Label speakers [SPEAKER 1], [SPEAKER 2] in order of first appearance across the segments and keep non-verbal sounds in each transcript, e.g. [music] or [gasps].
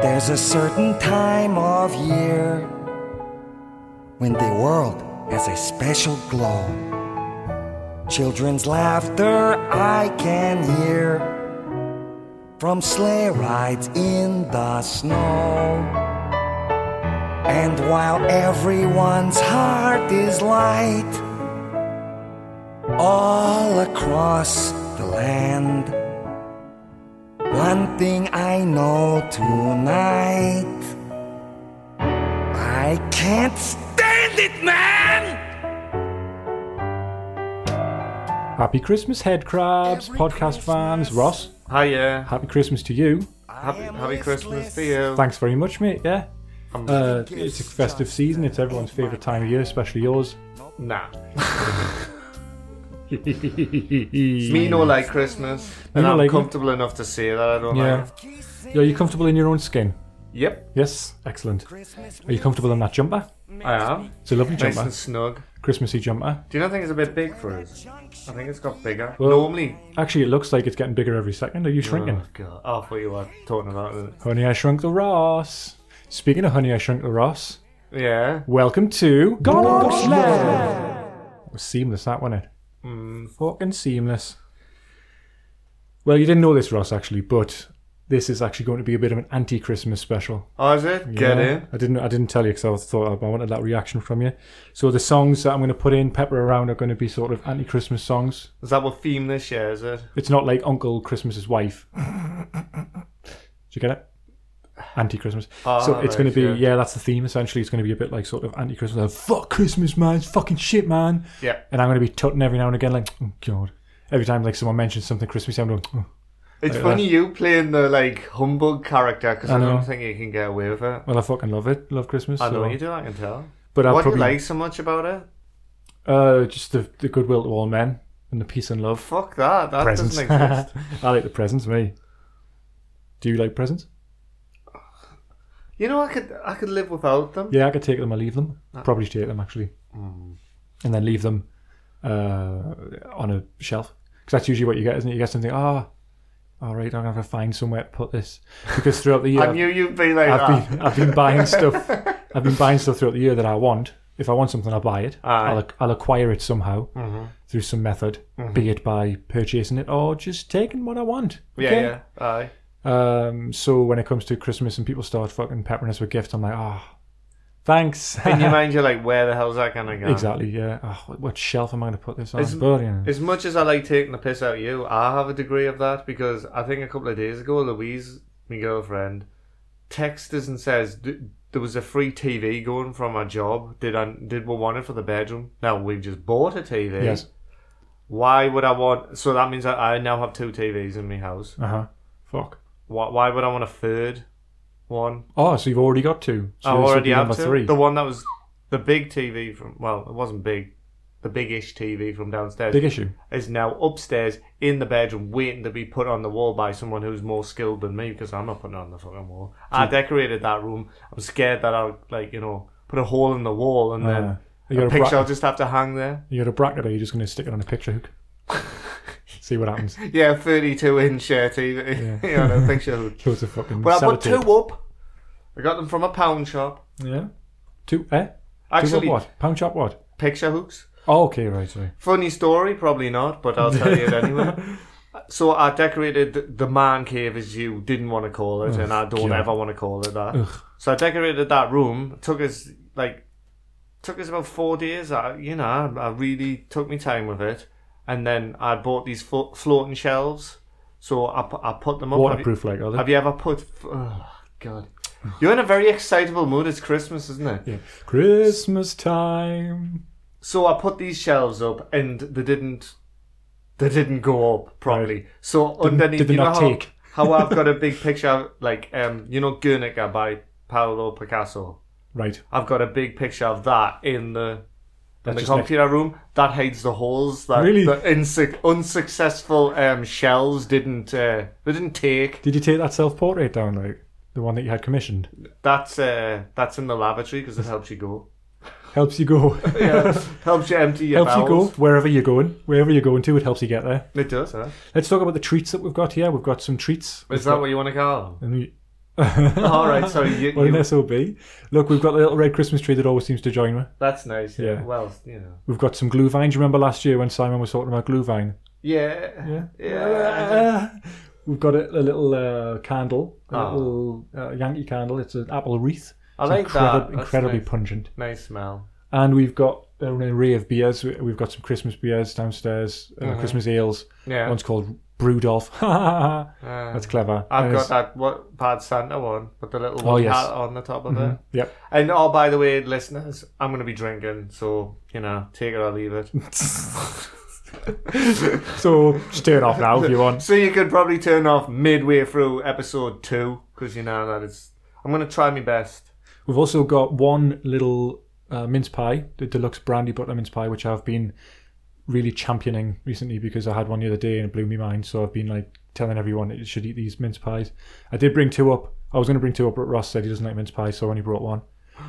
[SPEAKER 1] There's a certain time of year when the world has a special glow. Children's laughter I can hear from sleigh rides in the snow. And while everyone's heart is light, all across the land, one thing I know tonight I can't stand it, man!
[SPEAKER 2] Happy Christmas, head crabs, podcast fans. Ross,
[SPEAKER 3] Hiya.
[SPEAKER 2] happy Christmas to you.
[SPEAKER 3] Happy, happy Christmas to you.
[SPEAKER 2] Thanks very much, mate. Yeah. Uh, it's a festive season. It's everyone's favourite time of year, especially yours.
[SPEAKER 3] Nah. Me no like Christmas. And
[SPEAKER 2] no
[SPEAKER 3] I'm
[SPEAKER 2] like it.
[SPEAKER 3] comfortable enough to say that I don't
[SPEAKER 2] Yeah.
[SPEAKER 3] like it.
[SPEAKER 2] Are you comfortable in your own skin?
[SPEAKER 3] Yep,
[SPEAKER 2] Yes. Excellent. Are you comfortable in that jumper?
[SPEAKER 3] I am.
[SPEAKER 2] It's a lovely
[SPEAKER 3] Nice
[SPEAKER 2] jumper.
[SPEAKER 3] and snug.
[SPEAKER 2] Christmassy jumper.
[SPEAKER 3] Do you not think it's a bit big for us? I think it's got bigger.
[SPEAKER 2] Well-
[SPEAKER 3] Normally.
[SPEAKER 2] Actually, it looks like it's getting bigger every second. Are you shrinking?
[SPEAKER 3] Oh, God. Oh, I thought you were talking about it.
[SPEAKER 2] Honey, I Shrunk the Ross. Speaking of Honey, I Shrunk the Ross,
[SPEAKER 3] Yeah.
[SPEAKER 2] welcome to Gobsland. It was seamless, that wasn't it?
[SPEAKER 3] Hmm.
[SPEAKER 2] Fucking seamless. Well, you didn't know this, Ross, actually, but this is actually going to be a bit of an anti-Christmas special.
[SPEAKER 3] Oh, is it? Get
[SPEAKER 2] Yeah.
[SPEAKER 3] in.
[SPEAKER 2] I didn't. I didn't tell you because I thought I wanted that reaction from you. So the songs that I'm going to put in, pepper around, are going to be sort of anti-Christmas songs.
[SPEAKER 3] Is that what theme this year, is it?
[SPEAKER 2] It's not like Uncle Christmas's wife. Do you get it? Anti Christmas. so
[SPEAKER 3] Ah,
[SPEAKER 2] it's going to
[SPEAKER 3] right,
[SPEAKER 2] be,
[SPEAKER 3] yeah.
[SPEAKER 2] yeah. that's the theme essentially. It's going to be a bit like sort of anti Christmas. Like, Fuck Christmas, man. It's fucking shit, man.
[SPEAKER 3] Yeah.
[SPEAKER 2] And I'm going to be tutting every now and again, like, oh, God. Every time like someone mentions something Christmas, I'm going, oh.
[SPEAKER 3] It's funny you playing the like humbug character because I,
[SPEAKER 2] know.
[SPEAKER 3] don't think you can get away with it.
[SPEAKER 2] well, I fucking love it. Love Christmas.
[SPEAKER 3] I know
[SPEAKER 2] so-
[SPEAKER 3] you do, I can tell.
[SPEAKER 2] But I'll
[SPEAKER 3] what
[SPEAKER 2] probably
[SPEAKER 3] do you like so much about it?
[SPEAKER 2] uh, just the, the goodwill to all men and the peace and love.
[SPEAKER 3] Fuck that. That
[SPEAKER 2] Presents. [laughs]
[SPEAKER 3] doesn't exist.
[SPEAKER 2] I like the presents, me. Do you like presents?
[SPEAKER 3] You know, I could I could live without them.
[SPEAKER 2] Yeah, I could take them or leave them.
[SPEAKER 3] Ah.
[SPEAKER 2] Probably take them actually,
[SPEAKER 3] Hmm.
[SPEAKER 2] and then leave them uh, on a shelf because that's usually what you get, isn't it? You get something. Ah, all right, I'm gonna have to find somewhere to put this because throughout
[SPEAKER 3] [laughs]
[SPEAKER 2] the year
[SPEAKER 3] I knew you'd be like ah, that.
[SPEAKER 2] I've been I've been
[SPEAKER 3] [laughs]
[SPEAKER 2] buying stuff. I've been buying stuff throughout the year that I want. If I want something, I'll buy it.
[SPEAKER 3] Aye. Mm-hmm.
[SPEAKER 2] I'll, ac- I'll acquire it somehow through some method, be it by purchasing it or just taking what I want. okay?
[SPEAKER 3] Yeah, yeah. Aye.
[SPEAKER 2] Um, so when it comes to Christmas and people start fucking peppering us with gifts, I'm like, ah, thanks.
[SPEAKER 3] In your mind, you're like, where the hell's that gonna go?
[SPEAKER 2] Exactly. Yeah. Oh, what- what shelf am I going to put this on?
[SPEAKER 3] It's-
[SPEAKER 2] But, you know,
[SPEAKER 3] As much as I like taking the piss out of you, I have a degree of that because I think a couple of days ago, Louise, my girlfriend, texts us and says D- there was a free TV going from our job. Did I did we want it for the bedroom? Now we've just bought a TV.
[SPEAKER 2] yes.
[SPEAKER 3] Why would I want? So that means that I now have two TVs in my house.
[SPEAKER 2] Uh huh. Fuck.
[SPEAKER 3] Why, why would I want a third one?
[SPEAKER 2] Oh, so you've already got two. So
[SPEAKER 3] I
[SPEAKER 2] this would
[SPEAKER 3] Oh, already
[SPEAKER 2] be
[SPEAKER 3] have
[SPEAKER 2] number
[SPEAKER 3] two.
[SPEAKER 2] three.
[SPEAKER 3] The one that was the big TV from well, it wasn't big, the big-ish TV from downstairs
[SPEAKER 2] Big issue.
[SPEAKER 3] is now upstairs in the bedroom, waiting to be put on the wall by someone who's more skilled than me because I'm not putting it on the fucking wall. I
[SPEAKER 2] Hmm.
[SPEAKER 3] decorated that room. I'm scared that I'll like you know put a hole in the wall and
[SPEAKER 2] Uh,
[SPEAKER 3] then
[SPEAKER 2] you got
[SPEAKER 3] a
[SPEAKER 2] a
[SPEAKER 3] picture
[SPEAKER 2] bra-
[SPEAKER 3] I'll just have to hang there.
[SPEAKER 2] You got a bracket, or are you just going to stick it on a picture
[SPEAKER 3] [laughs]
[SPEAKER 2] hook? See what happens.
[SPEAKER 3] Yeah, 32 inch uh, [laughs] TV. Yeah, you know, picture. hook.
[SPEAKER 2] [laughs] Loads of fucking.
[SPEAKER 3] Well, I put
[SPEAKER 2] sellotape.
[SPEAKER 3] two up. I got them from a pound shop.
[SPEAKER 2] Yeah. Two. Eh.
[SPEAKER 3] Actually,
[SPEAKER 2] two of what? Pound chop what?
[SPEAKER 3] picture hooks.
[SPEAKER 2] Oh, okay. Right. Sorry.
[SPEAKER 3] Funny story, probably not, but I'll tell you it anyway. So I decorated the man cave as you didn't want to call it, and I don't
[SPEAKER 2] God.
[SPEAKER 3] ever want to call it that. So I decorated that room. It took us like took us about four days. I, you know, I, I really took my time with it, and then I bought these flo- floating shelves. So I, pu- I put them up. Have you-
[SPEAKER 2] Waterproof, like are they?
[SPEAKER 3] Have you ever put? Oh God, you're in a very excitable mood. It's Christmas, isn't it?
[SPEAKER 2] Yeah. Christmas time.
[SPEAKER 3] So I put these shelves up, and they didn't, they didn't go up properly. So underneath,
[SPEAKER 2] did they
[SPEAKER 3] you know
[SPEAKER 2] not
[SPEAKER 3] how,
[SPEAKER 2] take?
[SPEAKER 3] how
[SPEAKER 2] [laughs]
[SPEAKER 3] I've got a big picture, of, like um, you know, Guernica by Paolo Picasso.
[SPEAKER 2] Right.
[SPEAKER 3] I've got a big picture of that in the in the
[SPEAKER 2] just next-
[SPEAKER 3] computer room. That hides the holes that
[SPEAKER 2] Really?
[SPEAKER 3] the insu- unsuccessful um, shelves didn't. Uh, they didn't take.
[SPEAKER 2] Did you take that self-portrait down, like the one that you had commissioned?
[SPEAKER 3] That's uh, that's in the lavatory because it helps you go.
[SPEAKER 2] [laughs] Helps you go.
[SPEAKER 3] [laughs] Yeah, helps you empty your
[SPEAKER 2] helps you go
[SPEAKER 3] bowels.
[SPEAKER 2] wherever you're going. Wherever you're going to, it helps you get there.
[SPEAKER 3] It does. Huh?
[SPEAKER 2] Let's talk about the treats that we've got here. We've got some treats.
[SPEAKER 3] Is that what you want to call them?
[SPEAKER 2] And we- [laughs]
[SPEAKER 3] All right, sorry. You,
[SPEAKER 2] What
[SPEAKER 3] you-
[SPEAKER 2] an SOB. Look, we've got the little red Christmas tree that always seems to join me.
[SPEAKER 3] that's nice. Yeah.
[SPEAKER 2] Yeah.
[SPEAKER 3] Well, you know.
[SPEAKER 2] We've got some glue vines. You remember last year when Simon was talking about glue vine?
[SPEAKER 3] Yeah. Yeah.
[SPEAKER 2] We've got a, a little uh, candle, a
[SPEAKER 3] Ah.
[SPEAKER 2] little uh, Yankee candle. It's an apple wreath.
[SPEAKER 3] I
[SPEAKER 2] It's
[SPEAKER 3] like
[SPEAKER 2] incredib-
[SPEAKER 3] that. That's
[SPEAKER 2] Incredibly
[SPEAKER 3] nice.
[SPEAKER 2] pungent.
[SPEAKER 3] nice smell.
[SPEAKER 2] And we've got an array of beers. We- We've got some Christmas beers downstairs, uh, Christmas ales.
[SPEAKER 3] Mm-hmm. Yeah.
[SPEAKER 2] One's called [laughs] Brewdolf.
[SPEAKER 3] Uh,
[SPEAKER 2] That's clever.
[SPEAKER 3] I've
[SPEAKER 2] And
[SPEAKER 3] got
[SPEAKER 2] it's-
[SPEAKER 3] that what Bad Santa one with the little
[SPEAKER 2] Oh,
[SPEAKER 3] one
[SPEAKER 2] yes.
[SPEAKER 3] hat on the top of it.
[SPEAKER 2] Yep.
[SPEAKER 3] And oh, by the way, listeners, I'm going to be drinking, so you know, take it or leave it.
[SPEAKER 2] So just turn off now if you want.
[SPEAKER 3] so you could probably turn off midway through episode two because you know that it's. I'm going to try my best.
[SPEAKER 2] We've also got one little uh, mince pie, the deluxe brandy butter mince pie, which I've been really championing recently because I had one the other day and it blew me mind. So I've been like telling everyone that you should eat these mince pies. I did bring two up. I was going to bring two up, but Ross said he doesn't like mince pies, so I only brought one.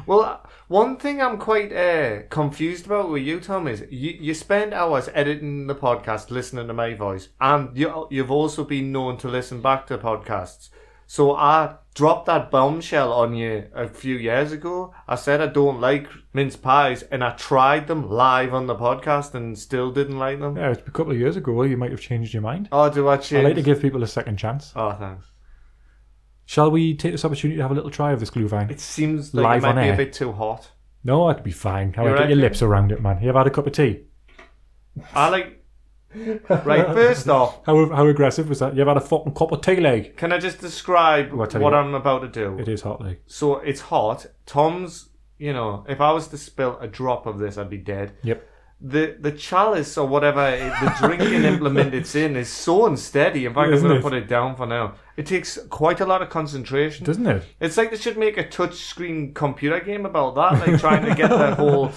[SPEAKER 3] Well, one thing I'm quite uh, confused about with you, Tom, is you, you spend hours editing the podcast, listening to my voice, and you, you've also been known to listen back to podcasts. So I dropped that bombshell on you a few years ago. I said I don't like mince pies, and I tried them live on the podcast and still didn't like them.
[SPEAKER 2] Yeah, it's a couple of years ago. You might have changed your mind.
[SPEAKER 3] Oh, do I
[SPEAKER 2] I
[SPEAKER 3] change?
[SPEAKER 2] like to give people a second chance.
[SPEAKER 3] oh, thanks.
[SPEAKER 2] Shall we take this opportunity to have a little try of this glue vine?
[SPEAKER 3] It seems like
[SPEAKER 2] Live
[SPEAKER 3] it
[SPEAKER 2] on
[SPEAKER 3] might be
[SPEAKER 2] air.
[SPEAKER 3] a bit too hot.
[SPEAKER 2] No, I'd be fine. How
[SPEAKER 3] You
[SPEAKER 2] I get your
[SPEAKER 3] reckon?
[SPEAKER 2] lips around it, man. You ever had a cup of tea?
[SPEAKER 3] I like. [laughs] right,
[SPEAKER 2] [laughs]
[SPEAKER 3] first off,
[SPEAKER 2] How how aggressive was that? You ever had a fucking cup of tea leg?
[SPEAKER 3] Can I just describe
[SPEAKER 2] Well, I
[SPEAKER 3] what,
[SPEAKER 2] tell you what.
[SPEAKER 3] I'm about to do?
[SPEAKER 2] It is hot leg.
[SPEAKER 3] So it's hot. Tom's, you know, if I was to spill a drop of this, I'd be dead.
[SPEAKER 2] Yep.
[SPEAKER 3] The the chalice or whatever it- the
[SPEAKER 2] [laughs]
[SPEAKER 3] drinking implement it's in is so unsteady. In fact, I'm
[SPEAKER 2] Isn't
[SPEAKER 3] going
[SPEAKER 2] it?
[SPEAKER 3] to put it down for now. It takes quite a lot of concentration.
[SPEAKER 2] Doesn't it?
[SPEAKER 3] It's like they should make a touchscreen computer game about that, like trying to get the
[SPEAKER 2] [laughs]
[SPEAKER 3] whole,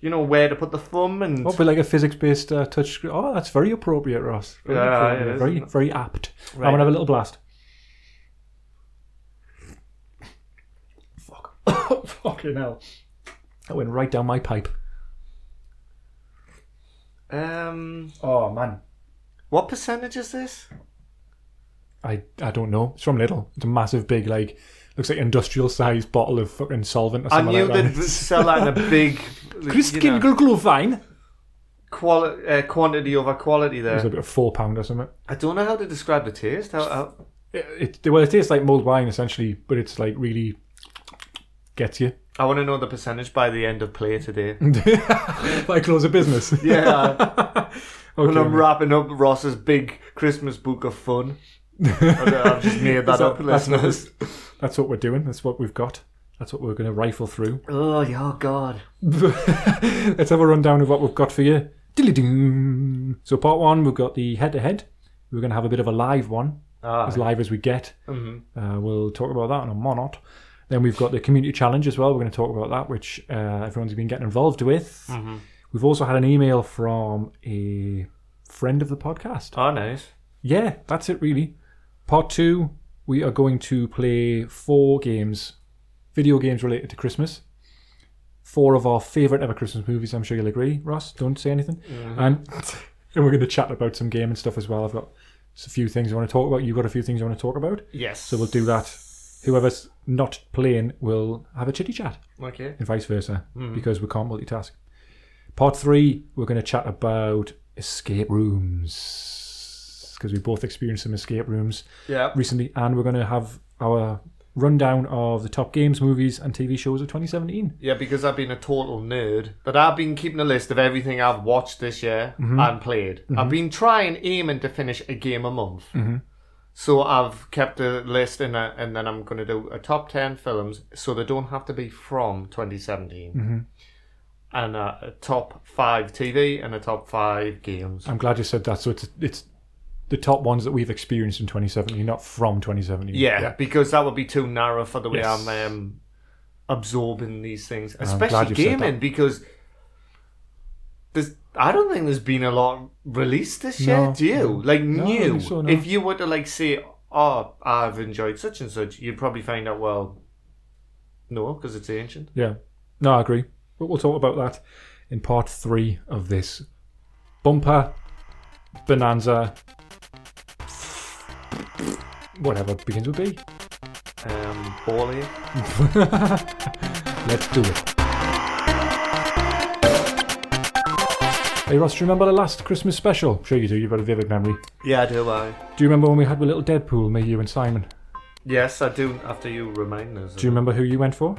[SPEAKER 3] you know, where to put the thumb and.
[SPEAKER 2] Oh, but like a physics-based uh, touch screen. Oh, that's very appropriate, Ross. Very
[SPEAKER 3] Yeah, it
[SPEAKER 2] appropriate.
[SPEAKER 3] is,
[SPEAKER 2] very,
[SPEAKER 3] isn't it?
[SPEAKER 2] very apt.
[SPEAKER 3] Right.
[SPEAKER 2] I'm gonna have a little blast. Fuck. [coughs] Fucking hell. That went right down my pipe.
[SPEAKER 3] Um,
[SPEAKER 2] Oh man.
[SPEAKER 3] what percentage is this?
[SPEAKER 2] I I don't know. It's from Lidl. It's a massive, big, like looks like industrial-sized bottle of fucking solvent or
[SPEAKER 3] I
[SPEAKER 2] something
[SPEAKER 3] knew
[SPEAKER 2] like [laughs]
[SPEAKER 3] they'd
[SPEAKER 2] that.
[SPEAKER 3] sell that in a big. you know,
[SPEAKER 2] vine.
[SPEAKER 3] quali- uh, quantity over quality there.
[SPEAKER 2] It's like about four pound or something.
[SPEAKER 3] I don't know how to describe the taste. How, how,
[SPEAKER 2] It, it well, it tastes like mulled wine essentially, but it's like really gets you.
[SPEAKER 3] I want to know the percentage by the end of play today.
[SPEAKER 2] [laughs] like close of business. [laughs]
[SPEAKER 3] Yeah, [laughs]
[SPEAKER 2] Okay,
[SPEAKER 3] and I'm
[SPEAKER 2] mate.
[SPEAKER 3] wrapping up Ross's big Christmas book of
[SPEAKER 2] [laughs]
[SPEAKER 3] fun. I don't- I've just made that
[SPEAKER 2] So,
[SPEAKER 3] up,
[SPEAKER 2] that's not-
[SPEAKER 3] listeners.
[SPEAKER 2] That's what we're doing. That's what we've got. That's what we're going to rifle through. [laughs]
[SPEAKER 3] Oh, yeah, God.
[SPEAKER 2] Let's have a rundown of what we've got for you. Dilly-ding. So part one, we've got the head-to-head. We're going to have a bit of a live one,
[SPEAKER 3] Ah,
[SPEAKER 2] as live as we get. Uh, we'll talk about that in a monot. Then we've got the community challenge as well. We're going to talk about that, which uh, everyone's been getting involved with. We've also had an email from a friend of the podcast.
[SPEAKER 3] oh, nice.
[SPEAKER 2] yeah, that's it really. Part two, we are going to play four games, video games related to Christmas. Four of our favourite ever Christmas movies, I'm sure you'll agree, Ross. Don't say anything. And, [laughs] and we're going to chat about some game and stuff as well. I've got a few things I want to talk about. You've got a few things you want to talk about.
[SPEAKER 3] Yes.
[SPEAKER 2] So we'll do that. Whoever's not playing will have a chitty chat
[SPEAKER 3] Okay.
[SPEAKER 2] and vice versa because we can't multitask. Part three, we're going to chat about escape rooms because we both experienced some escape rooms
[SPEAKER 3] Yeah.
[SPEAKER 2] recently, and we're going to have our rundown of the top games, movies, and TV shows of 2017.
[SPEAKER 3] Yeah, because I've been a total nerd, but I've been keeping a list of everything I've watched this year and played. I've been trying, aiming to finish a game a month. So I've kept a list, in a, and then I'm going to do a top 10 films, so they don't have to be from 2017. And uh, a top five TV and a top five games.
[SPEAKER 2] I'm glad you said that. So it's it's the top ones that we've experienced in 2017, not from 2017.
[SPEAKER 3] Yeah, because that would be too narrow for the way
[SPEAKER 2] Yes.
[SPEAKER 3] I'm um, absorbing these things,
[SPEAKER 2] I'm
[SPEAKER 3] especially
[SPEAKER 2] glad you said
[SPEAKER 3] gaming.
[SPEAKER 2] that.
[SPEAKER 3] Because there's, I don't think there's been a lot released this year.
[SPEAKER 2] No.
[SPEAKER 3] Do you? Like
[SPEAKER 2] No, I don't
[SPEAKER 3] new?
[SPEAKER 2] think so, no.
[SPEAKER 3] If you were to like say, "Oh, I've enjoyed such and such," you'd probably find out. Well, no, because it's ancient.
[SPEAKER 2] Yeah. No, I agree. But we'll talk about that in part three of this bumper bonanza. Whatever begins with B.
[SPEAKER 3] um, ball ache.
[SPEAKER 2] Let's do it. Hey Ross, do you remember the last Christmas special? sure you do, you've got a vivid memory.
[SPEAKER 3] Yeah, I do. I.
[SPEAKER 2] Do you remember when we had a little Deadpool, me, you and Simon?
[SPEAKER 3] Yes, I do. After you remind us,
[SPEAKER 2] Do you remember who you went for?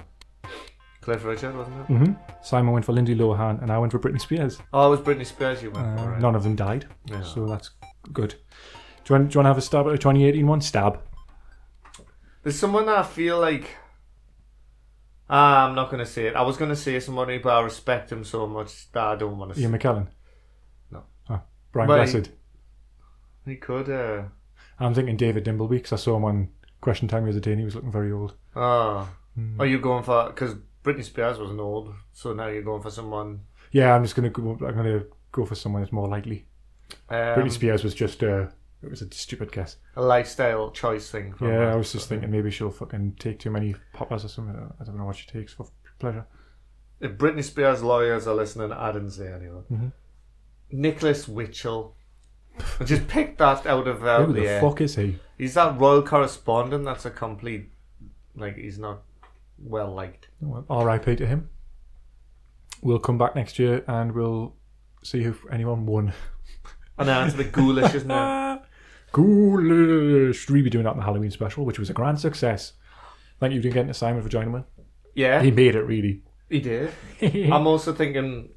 [SPEAKER 3] Cliff Richard, wasn't it?
[SPEAKER 2] Mm-hmm. Simon went for Lindsay Lohan and I went for Britney Spears.
[SPEAKER 3] Oh, it was Britney Spears you went
[SPEAKER 2] Uh,
[SPEAKER 3] for. Right?
[SPEAKER 2] None of them died,
[SPEAKER 3] Yeah.
[SPEAKER 2] so that's good. Do you, want, do you want to have a stab at a 2018 one? Stab.
[SPEAKER 3] There's someone that I feel like. Ah, I'm not going to say it. I was going to say somebody, but I respect him so much that I don't want to say
[SPEAKER 2] Ian McKellen?
[SPEAKER 3] No.
[SPEAKER 2] Oh, Brian
[SPEAKER 3] Well, he-
[SPEAKER 2] Blessed.
[SPEAKER 3] He could. Uh,
[SPEAKER 2] I'm thinking David Dimbleby because I saw him on Question Time the other day and he was looking very old.
[SPEAKER 3] oh.
[SPEAKER 2] Hmm.
[SPEAKER 3] Are you going for. Because Britney Spears wasn't old, so now you're going for someone.
[SPEAKER 2] Yeah, I'm just gonna go. I'm gonna go for someone that's more likely.
[SPEAKER 3] Um,
[SPEAKER 2] Britney Spears was just a. It was a stupid guess.
[SPEAKER 3] a lifestyle choice thing. From
[SPEAKER 2] Yeah,
[SPEAKER 3] her.
[SPEAKER 2] I was just thinking maybe she'll fucking take too many poppers or something. I don't know what she takes for pleasure.
[SPEAKER 3] If Britney Spears' lawyers are listening, I didn't say anything.
[SPEAKER 2] Mm-hmm.
[SPEAKER 3] Nicholas Witchell. I just picked that out of out
[SPEAKER 2] Who
[SPEAKER 3] the,
[SPEAKER 2] the
[SPEAKER 3] air.
[SPEAKER 2] fuck is he?
[SPEAKER 3] He's that royal correspondent that's a complete. Like, he's not well liked.
[SPEAKER 2] Well, R.I.P. to him. We'll come back next year and we'll see if anyone won.
[SPEAKER 3] And that's a bit ghoulish, isn't it?
[SPEAKER 2] Coolish. Should we be doing that in the Halloween special, which was a grand success? Thank you again to Simon for joining me.
[SPEAKER 3] Yeah,
[SPEAKER 2] [laughs] He
[SPEAKER 3] he,
[SPEAKER 2] made it really. Um,
[SPEAKER 3] did. I'm also thinking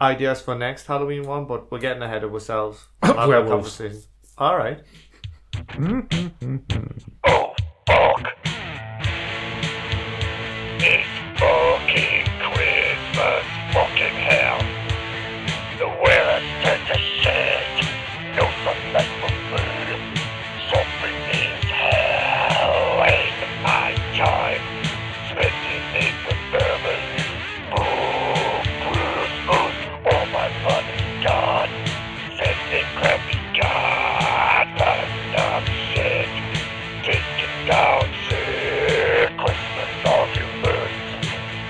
[SPEAKER 3] ideas for next Halloween one, but we're getting ahead
[SPEAKER 2] [coughs]
[SPEAKER 3] of ourselves. We'll have a
[SPEAKER 2] Werewolves.
[SPEAKER 3] conversation. All right.
[SPEAKER 4] Oh, It's fucking Christmas, fucking hell. The world turns to shit. No successful food. Something is hell. Waste my time. Spending it with family. Oh, Christmas. All my fun is gone. Sending crappy God. Not enough shit. Taking down shit. Christmas arguments.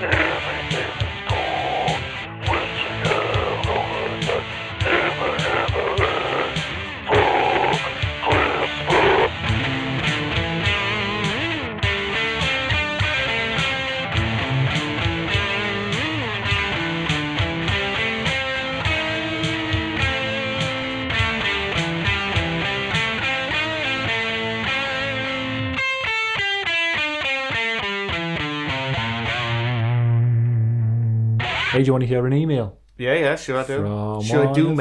[SPEAKER 4] Everything is cool. Wishing hell over the never, never end. Fuck Christmas.
[SPEAKER 2] Hey, do you want to hear an email?
[SPEAKER 3] Yeah, yeah, sure I do.
[SPEAKER 2] From
[SPEAKER 3] sure I do,
[SPEAKER 2] Ireland.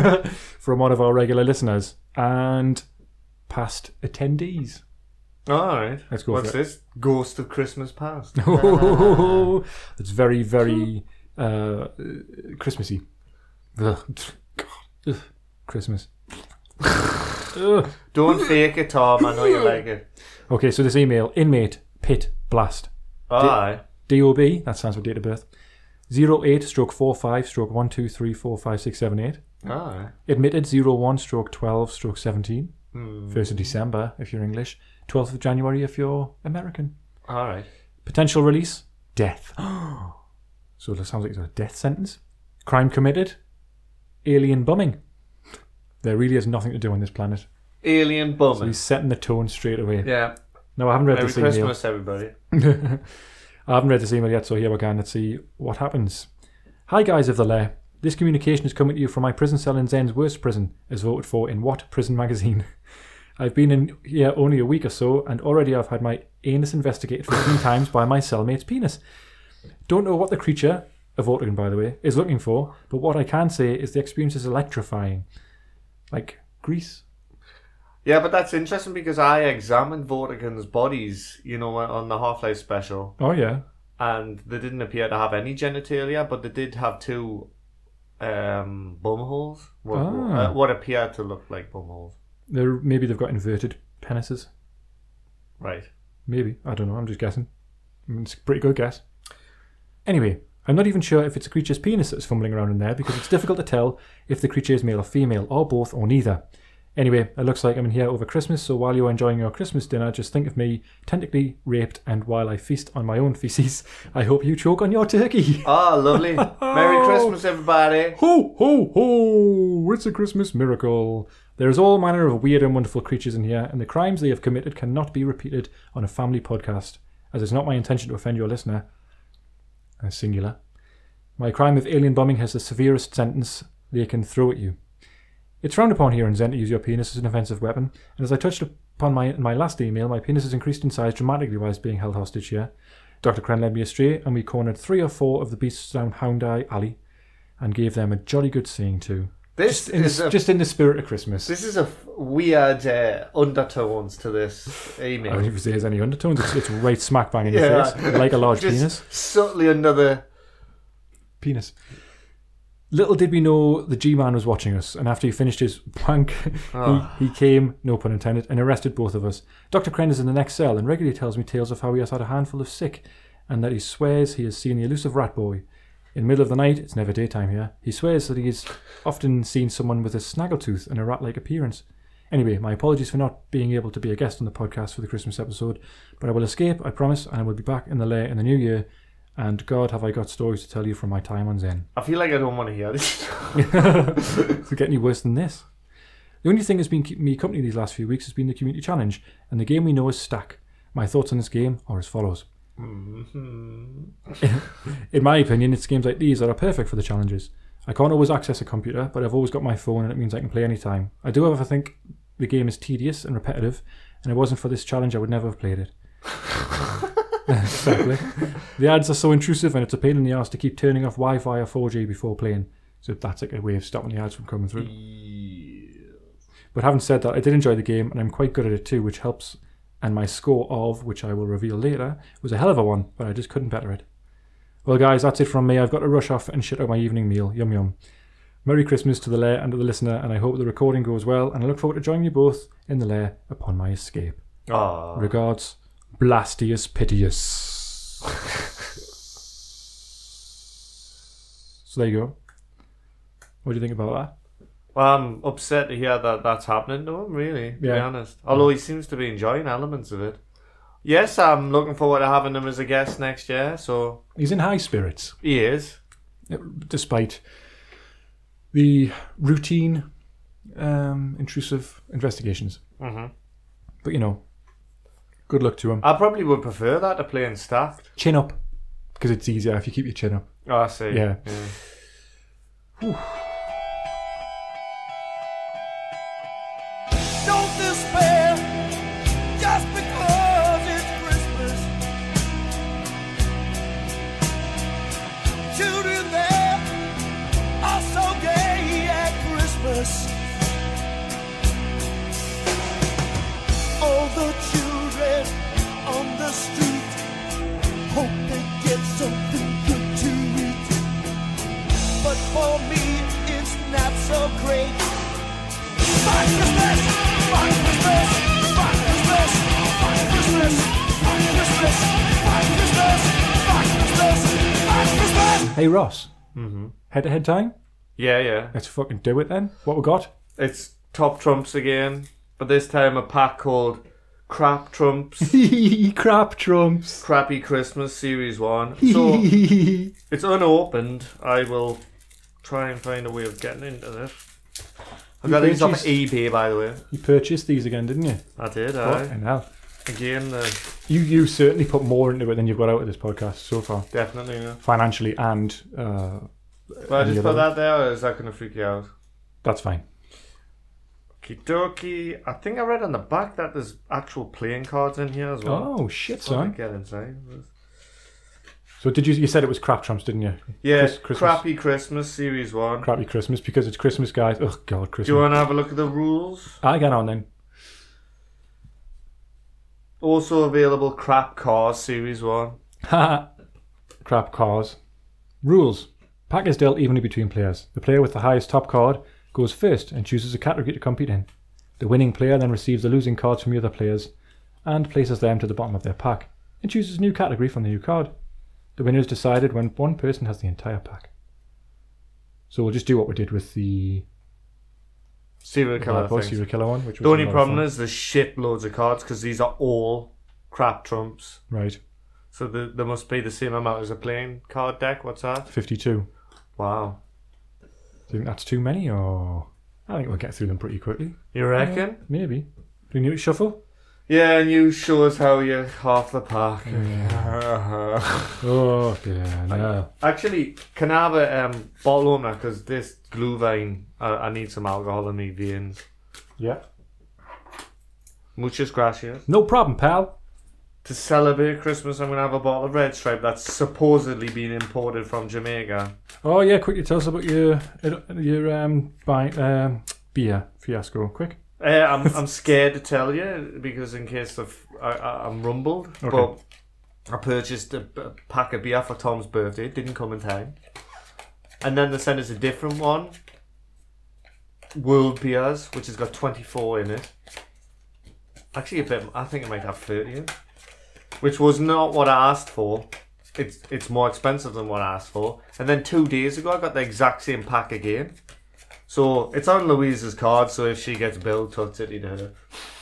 [SPEAKER 3] man.
[SPEAKER 2] from one of our regular listeners and past attendees.
[SPEAKER 3] All right.
[SPEAKER 2] Let's go
[SPEAKER 3] What's
[SPEAKER 2] for it.
[SPEAKER 3] this? Ghost of
[SPEAKER 2] [laughs]
[SPEAKER 3] Christmas Past.
[SPEAKER 2] it's very, very uh, Christmassy. Ugh. God. Ugh. Christmas. Ugh.
[SPEAKER 3] Don't fake it, Tom. I know you like it.
[SPEAKER 2] Okay, so this email inmate pit blast
[SPEAKER 3] All right.
[SPEAKER 2] DOB, that stands for date of birth, 08 stroke 45 stroke 1234567
[SPEAKER 3] All right.
[SPEAKER 2] Admitted 01 stroke 12 stroke 17.
[SPEAKER 3] Hmm.
[SPEAKER 2] 1st of December if you're English, 12th of January if you're American.
[SPEAKER 3] All right.
[SPEAKER 2] Potential release?
[SPEAKER 3] [gasps]
[SPEAKER 2] Death. so it sounds like it's a death sentence. Crime committed? Alien bombing. There really is nothing to do on this planet.
[SPEAKER 3] Alien Bummer.
[SPEAKER 2] He's setting the tone straight away.
[SPEAKER 3] yeah.
[SPEAKER 2] No, I haven't read
[SPEAKER 3] Merry
[SPEAKER 2] this
[SPEAKER 3] Christmas, everybody.
[SPEAKER 2] email. I haven't read this email yet, so here we go. Let's see what happens. Hi, guys of the Lair. This communication is coming to you from my prison cell in Zen's worst prison, as voted for in What Prison Magazine. [laughs] I've been in here only a week or so, and already I've had my anus investigated 15 [laughs] times by my cellmate's penis. Don't know what the creature, a Vortigan by the way, is looking for, but what I can say is the experience is electrifying. Like Greece.
[SPEAKER 3] Yeah, but that's interesting because I examined Vortigan's bodies, you know, on the Half Life special,
[SPEAKER 2] Oh, yeah.
[SPEAKER 3] and they didn't appear to have any genitalia, but they did have two um, bum holes. What,
[SPEAKER 2] Ah.
[SPEAKER 3] uh, what appeared to look like bum holes.
[SPEAKER 2] They're, maybe they've got inverted penises.
[SPEAKER 3] Right.
[SPEAKER 2] Maybe. I don't know. I'm just guessing. I mean, It's a pretty good guess. Anyway, I'm not even sure if it's a creature's penis that's fumbling around in there because it's difficult to tell if the creature is male or female, or both, or neither. Anyway, it looks like I'm in here over Christmas, so while you're enjoying your Christmas dinner, just think of me tentacly raped, and while I feast on my own feces, [laughs] I hope you choke on your turkey. [laughs]
[SPEAKER 3] Ah, lovely. Merry Christmas, everybody.
[SPEAKER 2] Ho, ho, ho! It's a Christmas miracle. There is all manner of weird and wonderful creatures in here, and the crimes they have committed cannot be repeated on a family podcast, as it's not my intention to offend your listener. Uh, singular. My crime of alien bombing has the severest sentence they can throw at you. It's frowned upon here in Zen to use your penis as an offensive weapon, and as I touched upon my, in my last email, my penis has increased in size dramatically whilst being held hostage here. Dr. Cren led me astray, and we cornered three or four of the beasts down Houndai Alley and gave them a jolly good seeing to.
[SPEAKER 3] This
[SPEAKER 2] In
[SPEAKER 3] is
[SPEAKER 2] the,
[SPEAKER 3] a,
[SPEAKER 2] just in the spirit of Christmas.
[SPEAKER 3] this is a f- weird uh, undertones to this
[SPEAKER 2] I don't
[SPEAKER 3] email.
[SPEAKER 2] even say there's any undertones. It's, it's right smack bang in your
[SPEAKER 3] Yeah.
[SPEAKER 2] face, like a large
[SPEAKER 3] Just
[SPEAKER 2] penis.
[SPEAKER 3] subtly another.
[SPEAKER 2] Penis. Little did we know the G-man was watching us, and after he finished his [laughs] wank,
[SPEAKER 3] Ah.
[SPEAKER 2] he, he came, no pun intended, and arrested both of us. Dr. Kren is in the next cell and regularly tells me tales of how he has had a handful of sick, and that he swears he has seen the elusive rat boy. In the middle of the night, it's never daytime here, he swears that he has often seen someone with a snaggletooth and a rat-like appearance. Anyway, my apologies for not being able to be a guest on the podcast for the Christmas episode, but I will escape, I promise, and I will be back in the lair in the new year. And God, have I got stories to tell you from my time on Zen.
[SPEAKER 3] I feel like I don't want to hear [laughs] this.
[SPEAKER 2] [laughs] Does it get any worse than this? The only thing that's been keeping me company these last few weeks has been the community challenge, and the game we know is Stack. My thoughts on this game are as follows. In my opinion, it's games like these that are perfect for the challenges. I can't always access a computer, but I've always got my phone and it means I can play anytime. I do, however, think the game is tedious and repetitive, and if it wasn't for this challenge, I would never have played it. [laughs] exactly. The ads are so intrusive and it's a pain in the ass to keep turning off Wi Fi or 4G before playing. So that's like a way of stopping the ads from coming through. But having said that, I did enjoy the game and I'm quite good at it too, which helps. And my score of, which I will reveal later, was a hell of a one, but I just couldn't better it. Well, guys, that's it from me. I've got to rush off and shit out my evening meal. Yum yum. Merry Christmas to the lair and to the listener, and I hope the recording goes well. And I look forward to joining you both in the lair upon my escape.
[SPEAKER 3] Aw.
[SPEAKER 2] Regards, Blastius Piteous. so there you go. What do you think about that?
[SPEAKER 3] Well, I'm upset to hear that that's happening to him, really, to be
[SPEAKER 2] Yeah.
[SPEAKER 3] honest. Although he seems to be enjoying elements of it. Yes, I'm looking forward to having him as a guest next year, so
[SPEAKER 2] He's in high spirits, eh,
[SPEAKER 3] he is.
[SPEAKER 2] despite the routine, um, intrusive investigations.
[SPEAKER 3] Mhm.
[SPEAKER 2] But you know, good luck to him.
[SPEAKER 3] I probably would prefer that to playing stacked.
[SPEAKER 2] Chin up, because it's easier if you keep your chin up.
[SPEAKER 3] Oh, I see.
[SPEAKER 2] Yeah.
[SPEAKER 5] Don't despair just because it's Christmas. Children there are so gay at Christmas. All the children on the street hope they get something good to eat. But for me, it's not so great. Fuck Christmas! Fuck Christmas! Fuck Christmas! Fuck Christmas! Fuck Christmas! Fuck Christmas! Fuck Christmas! Fuck Christmas!
[SPEAKER 2] Hey Ross, mm-hmm. head-to-head time.
[SPEAKER 3] Yeah, yeah.
[SPEAKER 2] Let's fucking do it then. What we got?
[SPEAKER 3] It's top trumps again, but this time a pack called Crap
[SPEAKER 2] [laughs]
[SPEAKER 3] Trumps
[SPEAKER 2] Crap trumps.
[SPEAKER 3] Crappy Christmas
[SPEAKER 2] [laughs]
[SPEAKER 3] Series 1. So it's unopened. I will try and find a way of getting into this. I got these off
[SPEAKER 2] purchased-
[SPEAKER 3] eBay, by the way.
[SPEAKER 2] You purchased these again, didn't you?
[SPEAKER 3] I did,
[SPEAKER 2] What
[SPEAKER 3] I.
[SPEAKER 2] in hell?
[SPEAKER 3] Again, the
[SPEAKER 2] You you certainly put more into it than you've got out of this podcast so far,
[SPEAKER 3] Definitely. Yeah.
[SPEAKER 2] financially and uh,
[SPEAKER 3] Well, I
[SPEAKER 2] Any
[SPEAKER 3] just put
[SPEAKER 2] other-
[SPEAKER 3] that there, or is that going to freak you out?
[SPEAKER 2] that's fine.
[SPEAKER 3] Kidoki. I think I read on the back that there's actual playing cards in here as well.
[SPEAKER 2] Oh shit,
[SPEAKER 3] I can't
[SPEAKER 2] son!
[SPEAKER 3] get inside.
[SPEAKER 2] So did you? You said it was crap trumps, didn't you?
[SPEAKER 3] Yeah,
[SPEAKER 2] Chris- Christmas.
[SPEAKER 3] crappy Christmas series one.
[SPEAKER 2] Crappy Christmas because it's Christmas, guys. Oh god,
[SPEAKER 3] Do you
[SPEAKER 2] Christmas.
[SPEAKER 3] want to have a look at the rules?
[SPEAKER 2] I get on then.
[SPEAKER 3] Also available, crap cars series one.
[SPEAKER 2] Ha! [laughs] Crap cars. Rules. Pack is dealt evenly between players. The player with the highest top card goes first and chooses a category to compete in. The winning player then receives the losing cards from the other players and places them to the bottom of their pack and chooses a new category from the new card. The winner is decided when one person has the entire pack. So we'll just do what we did with the
[SPEAKER 3] serial
[SPEAKER 2] Well,
[SPEAKER 3] killer
[SPEAKER 2] that was
[SPEAKER 3] things.
[SPEAKER 2] serial killer one, which was
[SPEAKER 3] The only
[SPEAKER 2] a lot of
[SPEAKER 3] problem
[SPEAKER 2] fun.
[SPEAKER 3] is there's shitloads of cards because these are all crap trumps.
[SPEAKER 2] right
[SPEAKER 3] So the, there must be the same amount as a playing card deck. What's that?
[SPEAKER 2] fifty-two. Do
[SPEAKER 3] Wow.
[SPEAKER 2] you think that's too many, or I think we'll get through them pretty quickly.
[SPEAKER 3] You reckon?
[SPEAKER 2] Maybe. Do you need to shuffle?
[SPEAKER 3] Yeah, and you show us how you're half the park.
[SPEAKER 2] Oh yeah, no.
[SPEAKER 3] Actually, can I have a um, bottle opener? Because this glue vine, I, I need some alcohol in my veins.
[SPEAKER 2] Yeah.
[SPEAKER 3] Muchas gracias.
[SPEAKER 2] No problem, pal.
[SPEAKER 3] To celebrate Christmas, I'm going to have a bottle of Red Stripe that's supposedly been imported from Jamaica.
[SPEAKER 2] Oh yeah, quickly tell us about your your um buy um beer fiasco. Quick.
[SPEAKER 3] Uh, I'm, I'm scared to tell you because in case of I, I, I'm rumbled, but I purchased a, a pack of beer for Tom's birthday. It didn't come in time, and then they sent us a different one, World Beers, which has got 24 in it. Actually, a bit. I think it might have 30 in, it, which was not what I asked for. It's it's more expensive than what I asked for. And then two days ago, I got the exact same pack again. So it's on Louise's card. So if she gets billed, tough titty to her.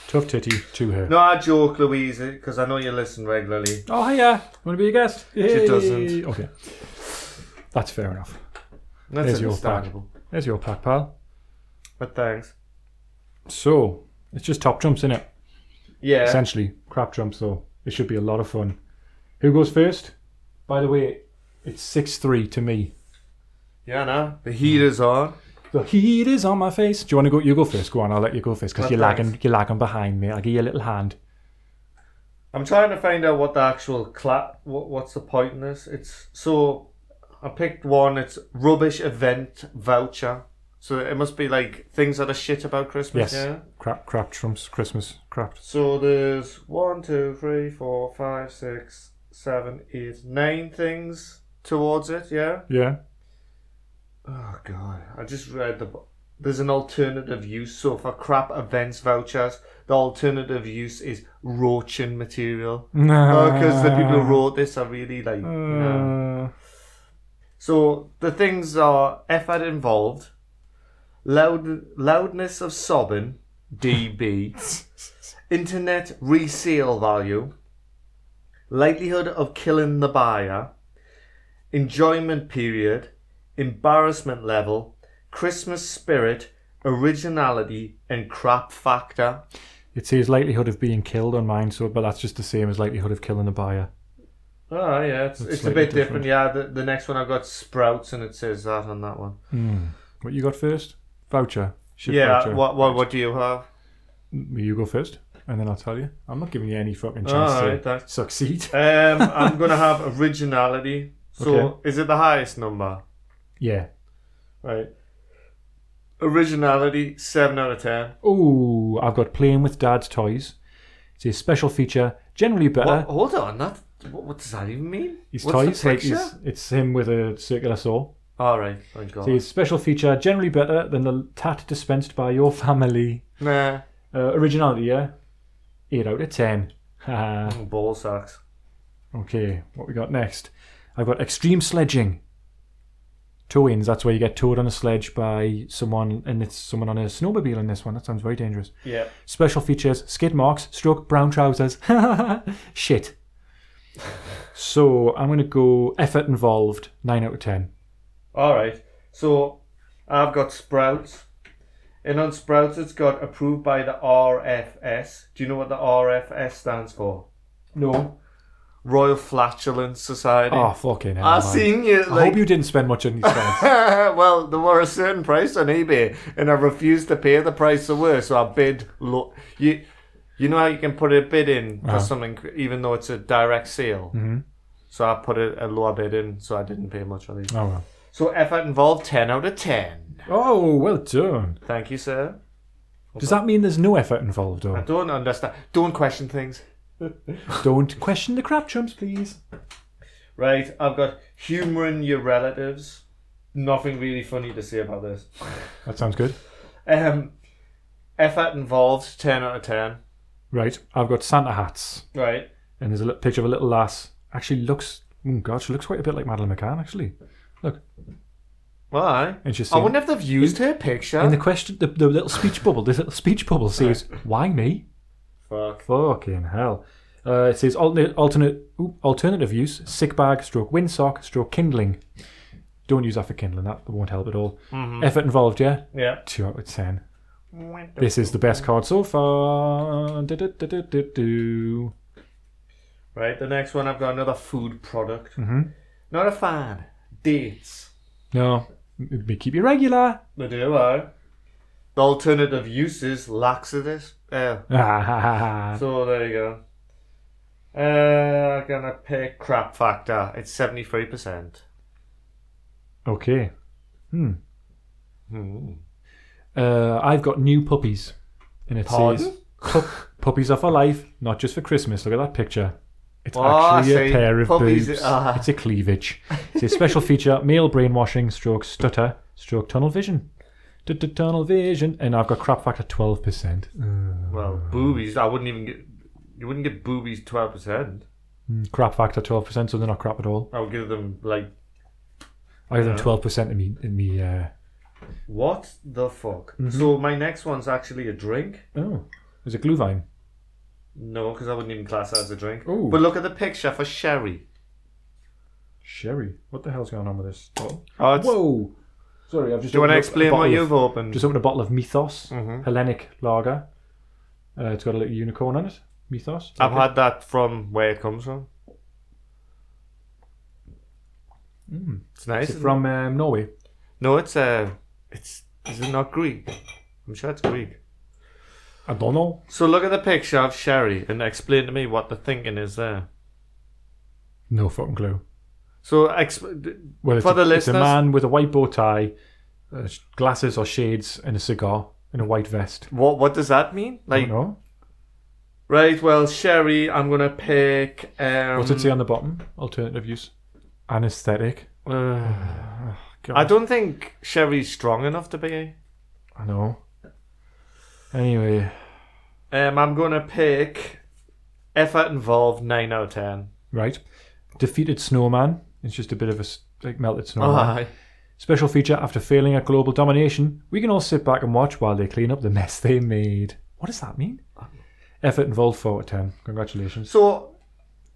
[SPEAKER 2] Tough titty to her.
[SPEAKER 3] No, I joke, Louise, because I know you listen regularly.
[SPEAKER 2] Oh hiya. Wanna be a guest? Yay.
[SPEAKER 3] doesn't.
[SPEAKER 2] Okay. That's fair enough.
[SPEAKER 3] That's
[SPEAKER 2] There's your
[SPEAKER 3] understandable.
[SPEAKER 2] There's your pack, pal.
[SPEAKER 3] But thanks.
[SPEAKER 2] So it's just top jumps, innit?
[SPEAKER 3] Yeah.
[SPEAKER 2] Essentially. Crap jumps though. It should be a lot of fun. Who goes first? By the way, it's six three to me.
[SPEAKER 3] yeah, no. The heat is on.
[SPEAKER 2] The heat is on my face. Do you want to go? You go first. Go on. I'll let you go first because
[SPEAKER 3] Oh,
[SPEAKER 2] you're
[SPEAKER 3] thanks.
[SPEAKER 2] lagging. You're lagging behind me. I'll give you a little hand.
[SPEAKER 3] I'm trying to find out what the actual cla- what, what's the point in this? It's so I picked one. It's rubbish event voucher. So it must be like things that are shit about Christmas.
[SPEAKER 2] Yes.
[SPEAKER 3] Yeah.
[SPEAKER 2] Crap. Crap. Trump's Christmas. Crap.
[SPEAKER 3] So there's one, two, three, four, five, six, seven, eight, nine things towards it. Yeah.
[SPEAKER 2] Yeah.
[SPEAKER 3] Oh god, I just read the. bo- There's an alternative use. So for crap events vouchers, the alternative use is roaching material.
[SPEAKER 2] No.
[SPEAKER 3] Because the people who wrote this are really like. you know. So the things are effort involved, loud loudness of sobbing, [laughs] DB, internet resale value, likelihood of killing the buyer, enjoyment period, embarrassment level, Christmas spirit, originality, and crap factor.
[SPEAKER 2] It says likelihood of being killed on mine, so but that's just the same as likelihood of killing a buyer.
[SPEAKER 3] Oh yeah, it's, it's a
[SPEAKER 2] slightly
[SPEAKER 3] bit different. Yeah, the, the next one I've got sprouts, and it says that on that one.
[SPEAKER 2] What you got first? Voucher. Shit
[SPEAKER 3] Yeah,
[SPEAKER 2] voucher.
[SPEAKER 3] what what what do you have?
[SPEAKER 2] You go first, and then I'll tell you. I'm not giving you any fucking chance
[SPEAKER 3] All
[SPEAKER 2] to
[SPEAKER 3] right, thanks.
[SPEAKER 2] succeed.
[SPEAKER 3] Um, I'm gonna have originality. So
[SPEAKER 2] Okay.
[SPEAKER 3] is it the highest number?
[SPEAKER 2] [laughs] Yeah.
[SPEAKER 3] Right. Originality, seven out of ten.
[SPEAKER 2] Ooh, I've got playing with dad's toys. It's a special feature, generally better.
[SPEAKER 3] What, hold on, that what, what does that even mean?
[SPEAKER 2] His
[SPEAKER 3] What's
[SPEAKER 2] toys,
[SPEAKER 3] the
[SPEAKER 2] like
[SPEAKER 3] picture?
[SPEAKER 2] his- it's him with a circular saw.
[SPEAKER 3] All right, thank God.
[SPEAKER 2] So his special feature, generally better than the tat dispensed by your family.
[SPEAKER 3] Nah,
[SPEAKER 2] Uh, originality, yeah? 8 out of 10. Haha.
[SPEAKER 3] ball sacks.
[SPEAKER 2] okay, what we got next? I've got extreme sledging. Towings, that's where you get towed on a sledge by someone, and it's someone on a snowmobile in this one. That sounds very dangerous.
[SPEAKER 3] Yeah.
[SPEAKER 2] Special features, skid marks, stroke, brown trousers. [laughs] Shit. So I'm going to go effort involved, 9 out of 10.
[SPEAKER 3] All right. So I've got sprouts, and on sprouts it's got approved by the RFS. Do you know what the RFS stands for?
[SPEAKER 2] No.
[SPEAKER 3] Royal Flatulence Society.
[SPEAKER 2] Oh, fucking hell.
[SPEAKER 3] I
[SPEAKER 2] man.
[SPEAKER 3] seen you. Like,
[SPEAKER 2] I hope you didn't spend much on these guys.
[SPEAKER 3] [laughs] well, there were a certain price on eBay, and I refused to pay the price there were, so I bid low. You, you know how you can put a bid in for something, even though it's a direct sale. Mm-hmm. So I put a, a lower bid in, so I didn't pay much on these.
[SPEAKER 2] oh, well.
[SPEAKER 3] So effort involved, ten out of ten.
[SPEAKER 2] Oh, well done.
[SPEAKER 3] Thank you, sir.
[SPEAKER 2] Does that mean there's no effort involved,
[SPEAKER 3] I [laughs]
[SPEAKER 2] or
[SPEAKER 3] don't understand. Don't question things.
[SPEAKER 2] don't question the crap chumps, please?
[SPEAKER 3] Right, I've got humouring your relatives. Nothing really funny to say about this.
[SPEAKER 2] That sounds good.
[SPEAKER 3] Um, effort involved, ten out of ten.
[SPEAKER 2] Right, I've got Santa hats,
[SPEAKER 3] Right.
[SPEAKER 2] and there's a little picture of a little lass. Actually, looks. Oh God, she looks quite a bit like Madeline McCann. Actually, look.
[SPEAKER 3] Why?
[SPEAKER 2] And she's
[SPEAKER 3] I
[SPEAKER 2] seen-
[SPEAKER 3] wonder if they've used her picture.
[SPEAKER 2] In the question, the, the little speech bubble, the little speech bubble says, "Why me?"
[SPEAKER 3] Fuck.
[SPEAKER 2] Fucking hell. Uh, it says alternate, alternate, oop, alternative use: sick bag, stroke windsock, stroke kindling. Don't use that for kindling. That won't help at all. Effort involved, yeah.
[SPEAKER 3] Yeah.
[SPEAKER 2] Two out of ten. This is the best card so far. Du-du-du-du-du-du.
[SPEAKER 3] Right, the next one I've got another food product.
[SPEAKER 2] Mm-hmm.
[SPEAKER 3] Not a fan. Dates.
[SPEAKER 2] No, we keep you regular. [laughs]
[SPEAKER 3] They do, I. The alternative uses laxatives. Uh, so there you go. Uh, I'm gonna pick crap factor. It's seventy three percent.
[SPEAKER 2] okay. Hmm.
[SPEAKER 3] Hmm.
[SPEAKER 2] Uh, I've got new puppies, and it says
[SPEAKER 3] Pardon?
[SPEAKER 2] "Pup- puppies are for life, not just for Christmas. Look at that picture. It's
[SPEAKER 3] Oh, I
[SPEAKER 2] actually a
[SPEAKER 3] see.
[SPEAKER 2] pair of
[SPEAKER 3] Puppies,
[SPEAKER 2] boobs.
[SPEAKER 3] ah.
[SPEAKER 2] It's a cleavage. It's a
[SPEAKER 3] [laughs]
[SPEAKER 2] special feature: male brainwashing, stroke stutter, stroke tunnel vision, Du-du, tunnel vision, and I've got crap factor twelve percent.
[SPEAKER 3] Well,
[SPEAKER 2] Mm.
[SPEAKER 3] boobies. I wouldn't even get. You wouldn't get boobies twelve percent.
[SPEAKER 2] Hmm. Crap factor twelve percent, so they're not crap at all.
[SPEAKER 3] I would give them like
[SPEAKER 2] I give them twelve percent in me in me. Uh,
[SPEAKER 3] what the fuck.
[SPEAKER 2] Mm-hmm.
[SPEAKER 3] So my next one's actually a drink.
[SPEAKER 2] oh, there's a glue vine.
[SPEAKER 3] No, because I wouldn't even class that as a drink.
[SPEAKER 2] Ooh.
[SPEAKER 3] But look at the picture for sherry.
[SPEAKER 2] Sherry, what the hell's going on with this? Oh.
[SPEAKER 3] Oh, it's-
[SPEAKER 2] Whoa! Sorry, I've just.
[SPEAKER 3] Do you want
[SPEAKER 2] opened
[SPEAKER 3] to
[SPEAKER 2] up a
[SPEAKER 3] explain
[SPEAKER 2] bottle
[SPEAKER 3] what
[SPEAKER 2] of-
[SPEAKER 3] you've Mm-hmm. opened?
[SPEAKER 2] Just opened a bottle of Mythos Hellenic Lager. Uh, it's got a little unicorn on it. Mythos.
[SPEAKER 3] I've had that from where it comes from. It's nice.
[SPEAKER 2] Mm. Is it
[SPEAKER 3] isn't
[SPEAKER 2] from um, Norway?
[SPEAKER 3] it? No, it's uh, it's is it not Greek? I'm sure it's Greek.
[SPEAKER 2] I don't know.
[SPEAKER 3] So look at the picture of sherry and explain to me what the thinking is there.
[SPEAKER 2] No fucking clue.
[SPEAKER 3] So exp- d-
[SPEAKER 2] Well, it's,
[SPEAKER 3] for
[SPEAKER 2] a,
[SPEAKER 3] the
[SPEAKER 2] it's a
[SPEAKER 3] listeners,
[SPEAKER 2] man with a white bow tie, uh, sh- glasses or shades, and a cigar and a white vest.
[SPEAKER 3] what what does that mean?
[SPEAKER 2] I
[SPEAKER 3] Like
[SPEAKER 2] don't know.
[SPEAKER 3] right, well, sherry. I'm gonna pick. Um,
[SPEAKER 2] What's it say on the bottom? Alternative use. Anesthetic.
[SPEAKER 3] uh,
[SPEAKER 2] God,
[SPEAKER 3] I don't think sherry's strong enough to be.
[SPEAKER 2] I know. Anyway,
[SPEAKER 3] Um, I'm gonna pick effort involved nine out of ten.
[SPEAKER 2] right. Defeated snowman. It's just a bit of a s- like melted snowman.
[SPEAKER 3] Aye.
[SPEAKER 2] Special feature after failing at global domination, we can all sit back and watch while they clean up the mess they made. What does that mean? Effort involved 4 out of 10. Congratulations.
[SPEAKER 3] So,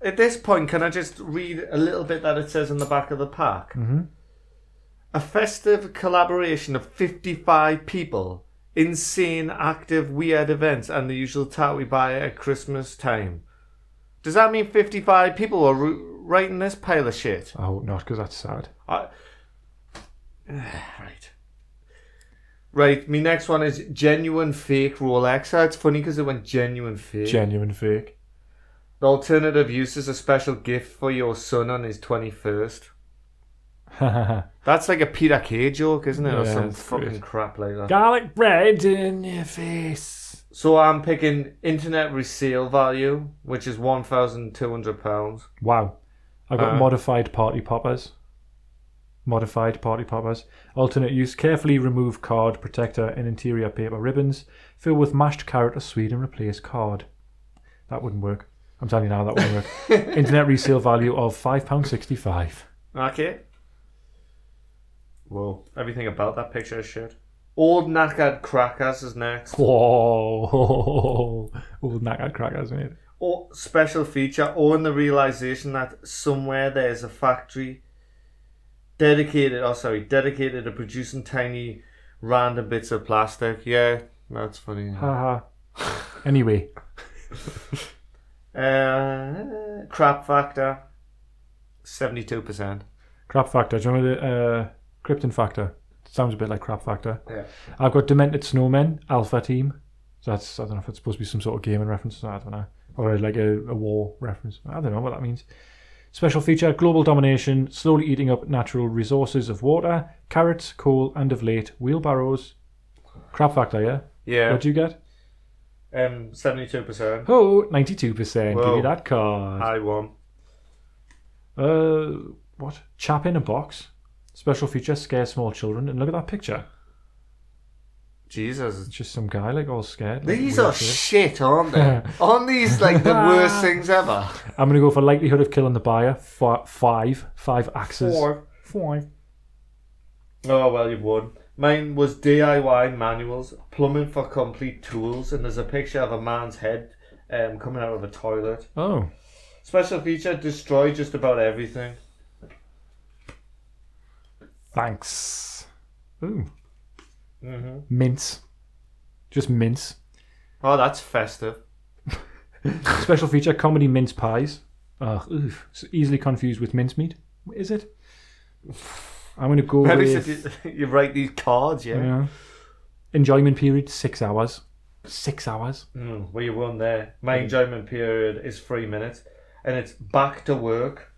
[SPEAKER 3] at this point, can I just read a little bit that it says in the back of the pack? Mm-hmm. A festive collaboration of 55 people, insane, active, weird events, and the usual tat we buy at Christmas time. Does that mean 55 people are ru- writing this pile of shit?
[SPEAKER 2] Oh, not because that's sad.
[SPEAKER 3] I... [sighs] right. Right, my next one is genuine fake Rolex. Ah, It's funny because it went genuine fake.
[SPEAKER 2] Genuine fake. [laughs]
[SPEAKER 3] The alternative use is a special gift for your son on his 21st. That's like a Peter Kay joke, isn't it? or
[SPEAKER 2] Yeah,
[SPEAKER 3] some
[SPEAKER 2] it's
[SPEAKER 3] fucking
[SPEAKER 2] great.
[SPEAKER 3] crap like that.
[SPEAKER 2] Garlic bread in your face.
[SPEAKER 3] So I'm picking internet resale value, which is £1,200.
[SPEAKER 2] Wow. I've got
[SPEAKER 3] Uh.
[SPEAKER 2] modified party poppers. Modified party poppers. Alternate use carefully remove card protector and interior paper ribbons. Fill with mashed carrot or sweet and replace card. That wouldn't work. I'm telling you now, that wouldn't work. Internet resale value of £5.65.
[SPEAKER 3] Okay. Whoa. Everything about that picture is shit. Old knackered crackers is next.
[SPEAKER 2] Whoa. [laughs] Old knackered crackers, mate.
[SPEAKER 3] Or special feature, own the realization that somewhere there's a factory dedicated, oh sorry, dedicated to producing tiny random bits of plastic. Yeah, that's funny.
[SPEAKER 2] Haha. Anyway,
[SPEAKER 3] Uh, crap factor, seventy-two percent.
[SPEAKER 2] crap factor. Do you remember the uh, krypton factor? Sounds a bit like crap factor.
[SPEAKER 3] Yeah.
[SPEAKER 2] I've got Demented Snowmen, Alpha Team. So that's I don't know if it's supposed to be some sort of gaming reference. I don't know, or like a, a war reference. I don't know what that means. Special feature: global domination, slowly eating up natural resources of water, carrots, coal, and of late wheelbarrows. Crap factor, yeah.
[SPEAKER 3] Yeah.
[SPEAKER 2] What'd you get?
[SPEAKER 3] Um, seventy-two percent.
[SPEAKER 2] Oh, 92 percent. Give me
[SPEAKER 3] Whoa.
[SPEAKER 2] that card.
[SPEAKER 3] I won.
[SPEAKER 2] Uh, what? Chap in a box. Special feature: scare small children. And look at that picture.
[SPEAKER 3] Jesus.
[SPEAKER 2] It's just some guy like all scared. like,
[SPEAKER 3] These
[SPEAKER 2] weird
[SPEAKER 3] are
[SPEAKER 2] shit.
[SPEAKER 3] shit, aren't they? aren't these like the worst things ever?
[SPEAKER 2] I'm going to go for likelihood of killing the buyer. Fi five. Five axes. Five.
[SPEAKER 3] Oh, well, you've won. Mine was DIY manuals, plumbing for complete tools, and there's a picture of a man's head um, coming out of a toilet.
[SPEAKER 2] Oh,
[SPEAKER 3] Special feature destroy just about everything.
[SPEAKER 2] thanks. Ooh.
[SPEAKER 3] Mm-hmm.
[SPEAKER 2] Mints. Just mints.
[SPEAKER 3] Oh, that's festive. [laughs]
[SPEAKER 2] Special feature comedy mince pies. Ugh, oof. So easily confused with mincemeat. Is it? I'm going to go
[SPEAKER 3] Maybe
[SPEAKER 2] with.
[SPEAKER 3] should [laughs] you, you write these cards, yeah?
[SPEAKER 2] yeah. Enjoyment period, six hours. Six hours?
[SPEAKER 3] Mm, well, you won there. My enjoyment period is three minutes, and it's back to work.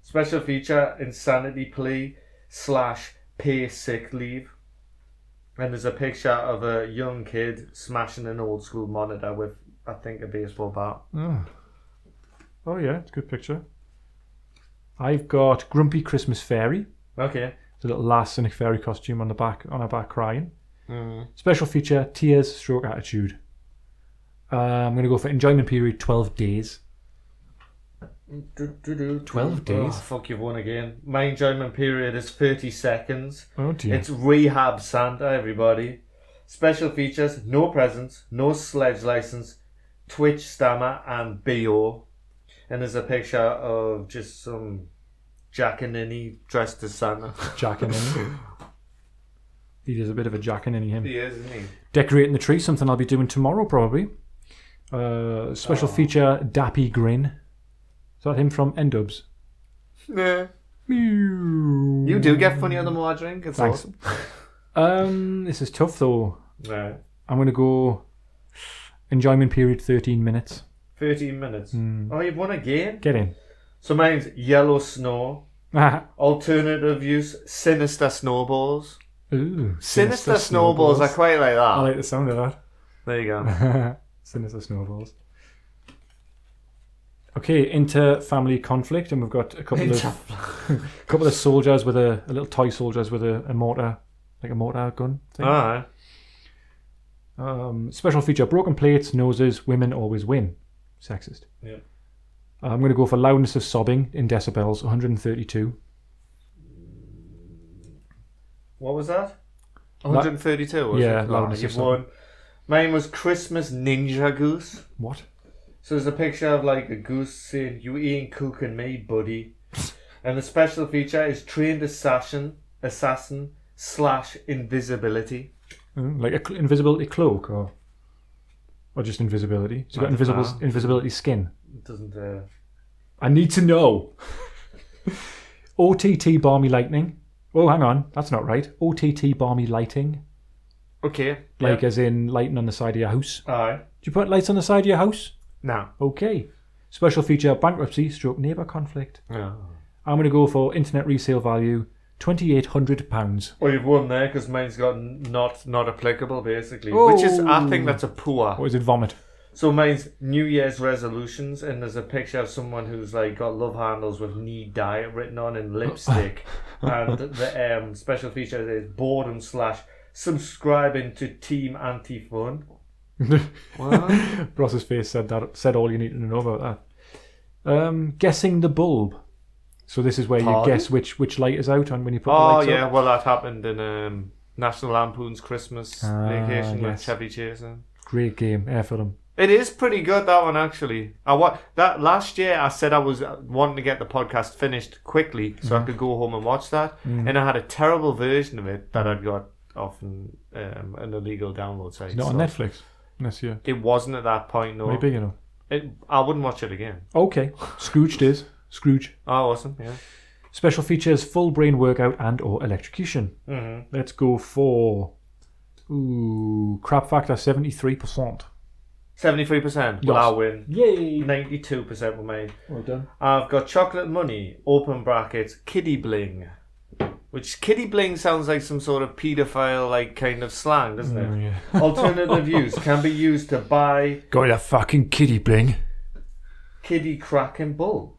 [SPEAKER 3] Special feature: insanity plea slash pay sick leave. And there's a picture of a young kid smashing an old school monitor with, I think, a baseball bat.
[SPEAKER 2] Oh, yeah, it's a good picture. I've got Grumpy Christmas Fairy.
[SPEAKER 3] Okay.
[SPEAKER 2] The little lass in a fairy costume on the back on her back crying. Special feature, tears, stroke attitude. Uh, I'm going to go for enjoyment period, 12 days.
[SPEAKER 3] Do, do, do, do.
[SPEAKER 2] 12
[SPEAKER 3] Oh,
[SPEAKER 2] days?
[SPEAKER 3] fuck, you've won again. My enjoyment period is 30 seconds.
[SPEAKER 2] Oh, dear.
[SPEAKER 3] It's Rehab Santa, everybody. Special features, no presents, no sledge license, Twitch stammer, and BO. And there's a picture of just some Jack and Ninny dressed as Santa. [laughs]
[SPEAKER 2] Jack and Innie. [laughs] He does a bit of a Jack and Innie, him.
[SPEAKER 3] he is, isn't he?
[SPEAKER 2] Decorating the tree, something I'll be doing tomorrow probably. Uh, special feature, Dappy Grin. Is that him from Endubs?
[SPEAKER 3] Yeah.
[SPEAKER 2] You
[SPEAKER 3] You do get funny on the more I drink. It's
[SPEAKER 2] Thanks.
[SPEAKER 3] awesome.
[SPEAKER 2] Um, this is tough though.
[SPEAKER 3] Right.
[SPEAKER 2] I'm going to go enjoyment period 13 minutes.
[SPEAKER 3] 13 minutes.
[SPEAKER 2] Hmm.
[SPEAKER 3] Oh, you've won again?
[SPEAKER 2] Get in.
[SPEAKER 3] So mine's Yellow Snow.
[SPEAKER 2] [laughs]
[SPEAKER 3] Alternative use, Sinister Snowballs.
[SPEAKER 2] Ooh,
[SPEAKER 3] Sinister, snowballs. I quite like that.
[SPEAKER 2] I like the sound of that.
[SPEAKER 3] There
[SPEAKER 2] [laughs]
[SPEAKER 3] you go.
[SPEAKER 2] Sinister snowballs. Okay, inter family conflict, and we've got a couple of [laughs] couple of soldiers with a, a little toy soldiers with a, a mortar, like a mortar gun thing.
[SPEAKER 3] Alright.
[SPEAKER 2] Um, special feature: broken plates, noses, women always win. Sexist.
[SPEAKER 3] Yeah.
[SPEAKER 2] I'm going to go for loudness of sobbing in decibels, 132.
[SPEAKER 3] What was that? 132, was
[SPEAKER 2] Yeah,
[SPEAKER 3] it?
[SPEAKER 2] loudness
[SPEAKER 3] you've
[SPEAKER 2] or
[SPEAKER 3] won. Mine was Christmas Ninja Goose.
[SPEAKER 2] What?
[SPEAKER 3] So there's a picture of like a goose saying, You ain't cooking me, buddy. and the special feature is trained assassin, assassin slash invisibility.
[SPEAKER 2] Mm, Like a cl- invisibility cloak, or or just invisibility? She's got
[SPEAKER 3] Like
[SPEAKER 2] invisible
[SPEAKER 3] that.
[SPEAKER 2] invisibility skin.
[SPEAKER 3] It doesn't, uh,
[SPEAKER 2] I need to know. [laughs] OTT Barmy Lightning. Oh, hang on. That's not right. OTT Barmy Lighting.
[SPEAKER 3] okay.
[SPEAKER 2] Like, as in lighting on the side of your house.
[SPEAKER 3] Alright.
[SPEAKER 2] Do you put lights on the side of your house?
[SPEAKER 3] Now.
[SPEAKER 2] Okay. Special feature bankruptcy stroke neighbour conflict. I'm going to go for internet resale value £2,800.
[SPEAKER 3] Well, Oh, you've won there because mine's got n- not not applicable basically,
[SPEAKER 2] Oh.
[SPEAKER 3] which is I think that's a poor.
[SPEAKER 2] What is it, vomit? [laughs]
[SPEAKER 3] So mine's New Year's resolutions, and there's a picture of someone who's like got love handles with knee diet written on in lipstick, [laughs] and the um, special feature is boredom slash subscribing to Team Anti Fun.
[SPEAKER 2] Ross's face said that said all you need to know about that. Um, guessing the bulb. So this is where
[SPEAKER 3] Pardon?
[SPEAKER 2] you guess which which light is out on when you put the
[SPEAKER 3] Oh
[SPEAKER 2] lights
[SPEAKER 3] yeah,
[SPEAKER 2] up.
[SPEAKER 3] well that happened in um, National Lampoon's Christmas
[SPEAKER 2] Ah,
[SPEAKER 3] Vacation
[SPEAKER 2] yes.
[SPEAKER 3] with Chevy Chase. in.
[SPEAKER 2] Great game, air film.
[SPEAKER 3] It is pretty good that one actually. I wa- that last year I said I was uh, wanting to get the podcast finished quickly so I
[SPEAKER 2] Mm-hmm.
[SPEAKER 3] could go home and watch that,
[SPEAKER 2] Mm.
[SPEAKER 3] and I had a terrible version of it that I'd got off an, um, an illegal download site.
[SPEAKER 2] Not on
[SPEAKER 3] so-
[SPEAKER 2] Netflix. Unless you
[SPEAKER 3] It wasn't at that point. No,
[SPEAKER 2] Are you big enough?
[SPEAKER 3] it, I wouldn't watch it again.
[SPEAKER 2] Okay. Scrooged is. Scrooge.
[SPEAKER 3] Oh, I wasn't. Yeah.
[SPEAKER 2] Special features, full brain workout and or electrocution. Mm-hmm. Let's go for Ooh crap factor seventy three percent.
[SPEAKER 3] Seventy-three percent. Well,
[SPEAKER 2] Yes.
[SPEAKER 3] I win.
[SPEAKER 2] Yay.
[SPEAKER 3] Ninety-two percent were made.
[SPEAKER 2] Well done.
[SPEAKER 3] I've got chocolate money. Open brackets. Kiddie bling. Which kiddie bling sounds like some sort of paedophile like kind of slang, doesn't it?
[SPEAKER 2] yeah.
[SPEAKER 3] [laughs] Alternative use can be used to buy
[SPEAKER 2] [laughs] Got a fucking kiddie bling.
[SPEAKER 3] kiddie crack and bull.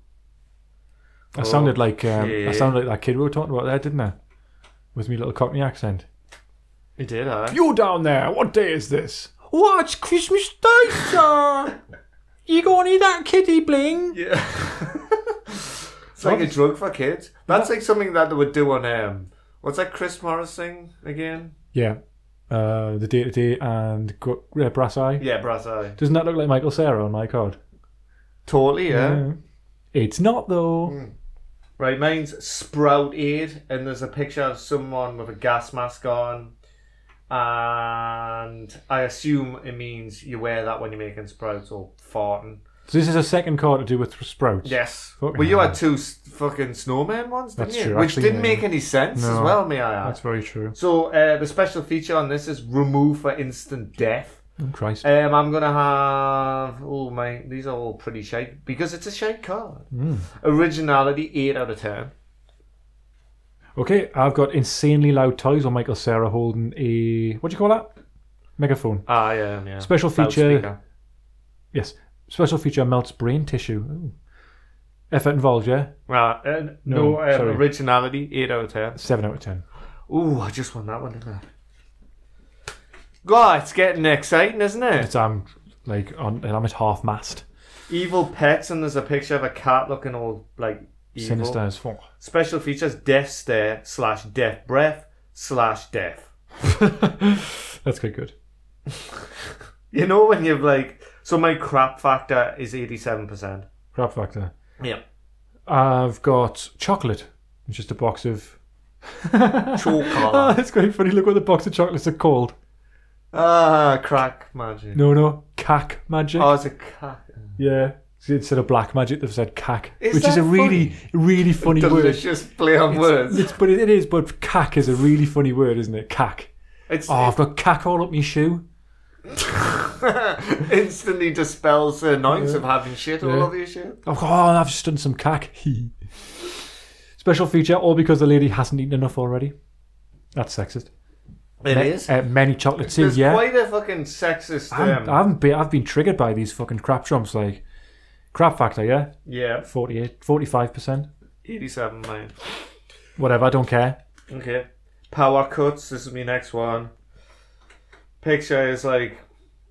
[SPEAKER 2] I sounded like um,
[SPEAKER 3] Okay.
[SPEAKER 2] I sounded like that kid we were talking about there, didn't I? With me little Cockney accent.
[SPEAKER 3] It did, I. [laughs]
[SPEAKER 2] You down there, what day is this? What it's Christmas Day, [laughs] sir. you gonna need that kiddie bling?
[SPEAKER 3] Yeah. it's like a drug for kids. That's like something that they would do on um What's that Chris Morris thing again?
[SPEAKER 2] Yeah. Uh, the day to day and Gr- uh, brass eye.
[SPEAKER 3] Yeah, Brass Eye.
[SPEAKER 2] Doesn't that look like Michael Sarah on my card?
[SPEAKER 3] Totally, yeah.
[SPEAKER 2] It's not though.
[SPEAKER 3] Hmm. Right, mine's Sprout Aid, and there's a picture of someone with a gas mask on. And I assume it means you wear that when you're making sprouts or farting.
[SPEAKER 2] So this is a second card to do with sprouts.
[SPEAKER 3] Yes.
[SPEAKER 2] Fucking
[SPEAKER 3] well, you
[SPEAKER 2] hell.
[SPEAKER 3] had two s- fucking snowman ones, didn't
[SPEAKER 2] That's
[SPEAKER 3] you?
[SPEAKER 2] true,
[SPEAKER 3] Which
[SPEAKER 2] actually,
[SPEAKER 3] didn't
[SPEAKER 2] yeah.
[SPEAKER 3] make any sense as
[SPEAKER 2] No.
[SPEAKER 3] well, may I
[SPEAKER 2] That's
[SPEAKER 3] add.
[SPEAKER 2] very true.
[SPEAKER 3] So uh, the special feature on this is remove for instant death.
[SPEAKER 2] Oh, Christ.
[SPEAKER 3] Um, I'm gonna have. Oh my, these are all pretty shite because it's a shite card.
[SPEAKER 2] Mm.
[SPEAKER 3] Originality eight out of ten.
[SPEAKER 2] Okay, I've got insanely loud toys on Michael Sarah holding a what do you call that? Megaphone.
[SPEAKER 3] Ah, yeah, yeah.
[SPEAKER 2] Special
[SPEAKER 3] Loud
[SPEAKER 2] feature-
[SPEAKER 3] speaker.
[SPEAKER 2] Yes. Special feature melts brain tissue. Ooh. Effort involved, yeah.
[SPEAKER 3] Right, uh, no,
[SPEAKER 2] No,
[SPEAKER 3] um,
[SPEAKER 2] sorry.
[SPEAKER 3] originality eight out of ten.
[SPEAKER 2] Seven out of ten.
[SPEAKER 3] Ooh, I just won that one, didn't I? God, it's getting exciting, isn't it?
[SPEAKER 2] It's I'm like on and I'm at half mast.
[SPEAKER 3] Evil pets, and there's a picture of a cat looking all like evil.
[SPEAKER 2] Sinister as fuck. [laughs]
[SPEAKER 3] Special features: death stare slash death breath slash death.
[SPEAKER 2] That's quite good.
[SPEAKER 3] You know when you've like so my crap factor is eighty seven percent.
[SPEAKER 2] Crap factor.
[SPEAKER 3] Yep.
[SPEAKER 2] I've got chocolate. It's just a box of [laughs] Ah,
[SPEAKER 3] Chocolate.
[SPEAKER 2] that's quite funny. Look what the box of chocolates are called.
[SPEAKER 3] [laughs] ah, crack magic.
[SPEAKER 2] No no. Cack magic.
[SPEAKER 3] Oh, it's a cat.
[SPEAKER 2] yeah. So Instead of black magic, they've said cack,
[SPEAKER 3] Is
[SPEAKER 2] which is
[SPEAKER 3] that
[SPEAKER 2] a really, really funny word.
[SPEAKER 3] Delicious play on words.
[SPEAKER 2] It's, but it, it is. But cack is a really funny word, isn't it? Cack.
[SPEAKER 3] It's
[SPEAKER 2] Oh, I've got cack all up my shoe.
[SPEAKER 3] instantly dispels the annoyance of having shit all
[SPEAKER 2] Yeah.
[SPEAKER 3] over your shit.
[SPEAKER 2] I've got, oh, I've just done some cack. [laughs] Special feature, all because the lady hasn't eaten enough already. That's sexist.
[SPEAKER 3] It
[SPEAKER 2] Me-
[SPEAKER 3] is.
[SPEAKER 2] Uh, many chocolates too.
[SPEAKER 3] There's
[SPEAKER 2] Yeah,
[SPEAKER 3] quite a fucking sexist um,
[SPEAKER 2] I haven't,
[SPEAKER 3] term.
[SPEAKER 2] I haven't been, I've been triggered by these fucking crap jumps. Like crap factor, yeah,
[SPEAKER 3] yeah,
[SPEAKER 2] 48, 45 percent,
[SPEAKER 3] eighty-seven mine.
[SPEAKER 2] whatever. I don't care.
[SPEAKER 3] Okay. Power cuts. This is my next one. Picture is like,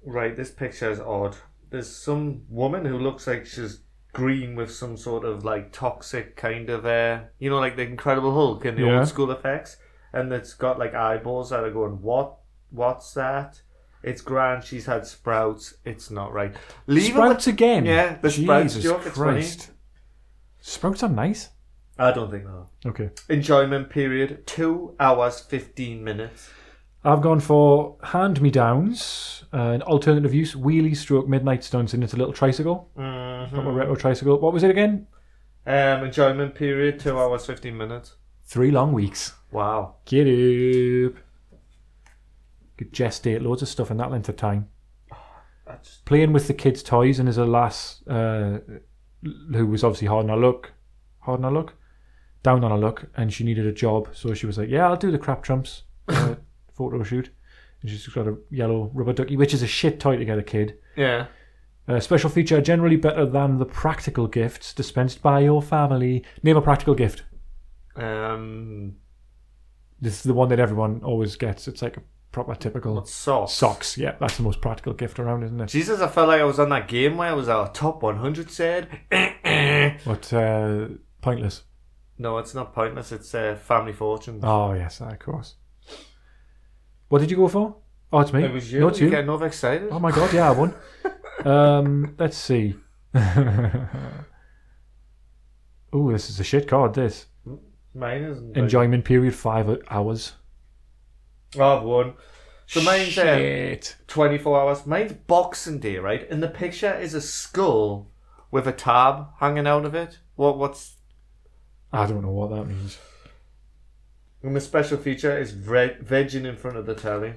[SPEAKER 3] right. This picture is odd. There's some woman who looks like she's green with some sort of like toxic kind of uh, you know, like the Incredible Hulk and the
[SPEAKER 2] Yeah.
[SPEAKER 3] old school effects, and it's got like eyeballs that are going, what? What's that? It's grand. She's had sprouts. It's not right. Leave it
[SPEAKER 2] Sprouts
[SPEAKER 3] with-
[SPEAKER 2] again.
[SPEAKER 3] Yeah, the sprouts
[SPEAKER 2] Jesus
[SPEAKER 3] joke. It's funny.
[SPEAKER 2] Christ. Sprouts are nice.
[SPEAKER 3] I don't think so.
[SPEAKER 2] Okay.
[SPEAKER 3] Enjoyment period two hours fifteen minutes.
[SPEAKER 2] I've gone for hand me downs, uh, an alternative use, wheelie stroke midnight stunts, and it's a little tricycle.
[SPEAKER 3] Mm-hmm.
[SPEAKER 2] Got my retro tricycle. What was it again?
[SPEAKER 3] Um, enjoyment period two hours fifteen minutes.
[SPEAKER 2] Three long weeks.
[SPEAKER 3] Wow.
[SPEAKER 2] Get up. Could gestate loads of stuff in that length of time.
[SPEAKER 3] That's
[SPEAKER 2] Playing with the kids' toys, and there's a lass uh, who was obviously hard on her luck, hard on her luck, down on her luck, and she needed a job, so she was like, "Yeah, I'll do the crap trumps uh, photo shoot." And she's got a yellow rubber ducky, which is a shit toy to get a kid.
[SPEAKER 3] yeah.
[SPEAKER 2] Uh, special feature generally better than the practical gifts dispensed by your family. Name a practical gift.
[SPEAKER 3] Um,
[SPEAKER 2] This is the one that everyone always gets. It's like a proper typical
[SPEAKER 3] socks.
[SPEAKER 2] socks. Yeah, that's the most practical gift around, isn't it?
[SPEAKER 3] Jesus, I felt like I was on that game where I was our top 100 said. [clears throat]
[SPEAKER 2] But uh, pointless.
[SPEAKER 3] no, it's not pointless. It's uh, family fortune.
[SPEAKER 2] Oh yes, of course. What did you go for? Oh, it's me.
[SPEAKER 3] it was you.
[SPEAKER 2] No, it's
[SPEAKER 3] you
[SPEAKER 2] you.
[SPEAKER 3] getting over excited?
[SPEAKER 2] Oh my god, yeah, I
[SPEAKER 3] [laughs]
[SPEAKER 2] won. um, let's see. [laughs] oh, this is a shit card. This
[SPEAKER 3] Mine isn't.
[SPEAKER 2] enjoyment period five hours.
[SPEAKER 3] Oh, I've won. So mine's uh,
[SPEAKER 2] Shit.
[SPEAKER 3] 24 hours. Mine's Boxing Day, right? And the picture is a skull with a tab hanging out of it. What? What's
[SPEAKER 2] I don't know what that means.
[SPEAKER 3] And the special feature is re- vegging in front of the telly,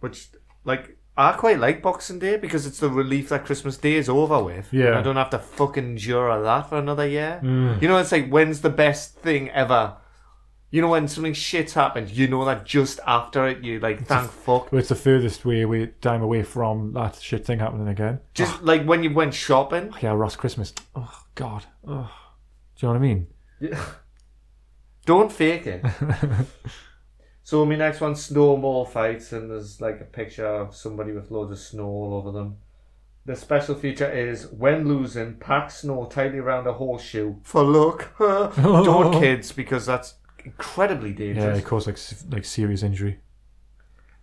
[SPEAKER 3] which like I quite like Boxing Day because it's the relief that Christmas Day is over with.
[SPEAKER 2] Yeah.
[SPEAKER 3] And I don't have to fucking endure that for another year. You know, it's like when's the best thing ever. You know when something shit's happened, you know that just after it, you like thank fuck.
[SPEAKER 2] Well, it's the furthest way we time away from that shit thing happening again.
[SPEAKER 3] Just like when you went shopping,
[SPEAKER 2] Yeah, Ross Christmas. Oh God. Oh. Do you know what I mean?
[SPEAKER 3] don't fake it.
[SPEAKER 2] [laughs]
[SPEAKER 3] so my next one, snowball fights, and there's like a picture of somebody with loads of snow all over them. The special feature is when
[SPEAKER 2] [laughs]
[SPEAKER 3] [laughs] losing, pack snow tightly around a horseshoe for luck. Don't kids, because that's incredibly
[SPEAKER 2] Yeah,
[SPEAKER 3] dangerous.
[SPEAKER 2] it caused like s- like serious injury.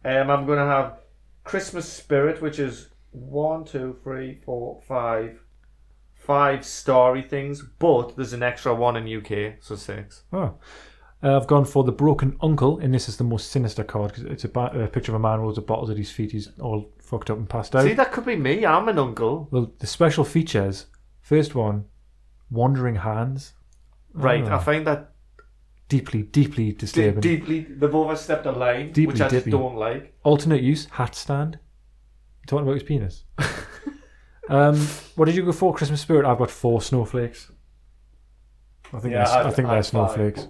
[SPEAKER 3] Um, I'm going to have Christmas Spirit, which is one, two, three, four, five, five starry things, but there's an extra one in UK, so six.
[SPEAKER 2] Oh. Uh, I've gone for the broken uncle, and this is the most sinister card because it's a, ba- a picture of a man with a bottle at his feet. He's all fucked up and passed out.
[SPEAKER 3] See, that could be me. I'm an uncle.
[SPEAKER 2] Well, the special features. First one, wandering hands,
[SPEAKER 3] Right,
[SPEAKER 2] Oh.
[SPEAKER 3] I find that
[SPEAKER 2] deeply, deeply
[SPEAKER 3] de-
[SPEAKER 2] disturbing.
[SPEAKER 3] deeply, they've overstepped a line,
[SPEAKER 2] Deeply,
[SPEAKER 3] which I just
[SPEAKER 2] deeply.
[SPEAKER 3] don't like.
[SPEAKER 2] Alternate use hat stand. You talking about his
[SPEAKER 3] [laughs]
[SPEAKER 2] penis? um, what did you go for? Christmas spirit. I've got four snowflakes. I think
[SPEAKER 3] Yeah,
[SPEAKER 2] they're, I,
[SPEAKER 3] I'd-
[SPEAKER 2] think
[SPEAKER 3] I'd
[SPEAKER 2] they're
[SPEAKER 3] buy.
[SPEAKER 2] snowflakes.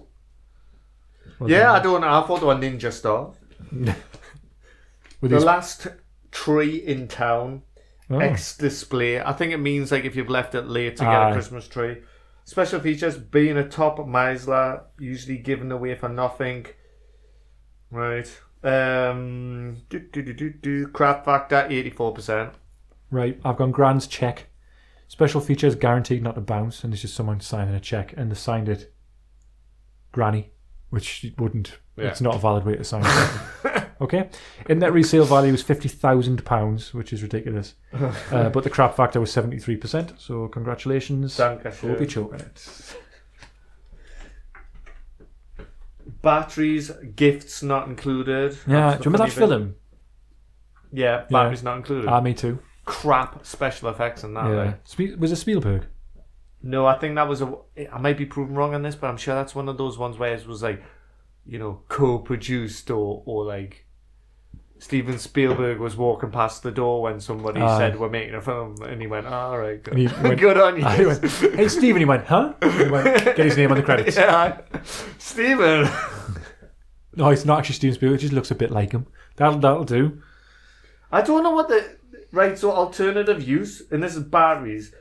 [SPEAKER 2] Well
[SPEAKER 3] yeah, I
[SPEAKER 2] done.
[SPEAKER 3] don't know. I thought they were ninja star.
[SPEAKER 2] With
[SPEAKER 3] The
[SPEAKER 2] these,
[SPEAKER 3] last tree in town,
[SPEAKER 2] oh,
[SPEAKER 3] X display. I think it means like if you've left it late to get
[SPEAKER 2] Aye.
[SPEAKER 3] a Christmas tree. Special features being a top Meisler, usually given away for nothing. Right. Um, do, do, do, do, do. Crap factor 84%.
[SPEAKER 2] right. I've gone grand's check. Special features guaranteed not to bounce, and it's just someone signing a check, and they signed it, Granny, which it wouldn't.
[SPEAKER 3] Yeah.
[SPEAKER 2] It's not a valid way to sign. it.
[SPEAKER 3] [laughs]
[SPEAKER 2] okay, in that resale value was fifty thousand pounds, which is
[SPEAKER 3] [laughs]
[SPEAKER 2] ridiculous. uh, but the crap factor was seventy three percent. So congratulations.
[SPEAKER 3] Danke schön.
[SPEAKER 2] We'll be choking it.
[SPEAKER 3] Batteries, gifts not included.
[SPEAKER 2] Yeah,
[SPEAKER 3] That's
[SPEAKER 2] do
[SPEAKER 3] the
[SPEAKER 2] you remember that
[SPEAKER 3] funny bit.
[SPEAKER 2] film?
[SPEAKER 3] Yeah, batteries not included.
[SPEAKER 2] Ah, me too.
[SPEAKER 3] Crap special effects in that.
[SPEAKER 2] Yeah.
[SPEAKER 3] like.
[SPEAKER 2] Spe- was it
[SPEAKER 3] [laughs]
[SPEAKER 2] Spielberg?
[SPEAKER 3] No, I think that was a. I might be proven wrong on this, but I'm sure that's one of those ones where it was like, you know, co-produced or or like Steven Spielberg was walking past the door when somebody
[SPEAKER 2] Aye.
[SPEAKER 3] said we're making a film, and he went, "All right, good,
[SPEAKER 2] Ah.
[SPEAKER 3] [laughs]
[SPEAKER 2] he went-
[SPEAKER 3] good
[SPEAKER 2] [laughs]
[SPEAKER 3] on you."
[SPEAKER 2] Ah, he went, hey, Steven. He went, huh? He went, get his name on the
[SPEAKER 3] [laughs]
[SPEAKER 2] credits.
[SPEAKER 3] yeah, Steven.
[SPEAKER 2] No, it's not actually Steven Spielberg. It just looks a bit like him. That'll that'll do.
[SPEAKER 3] I don't know what the right. So alternative use, and this is batteries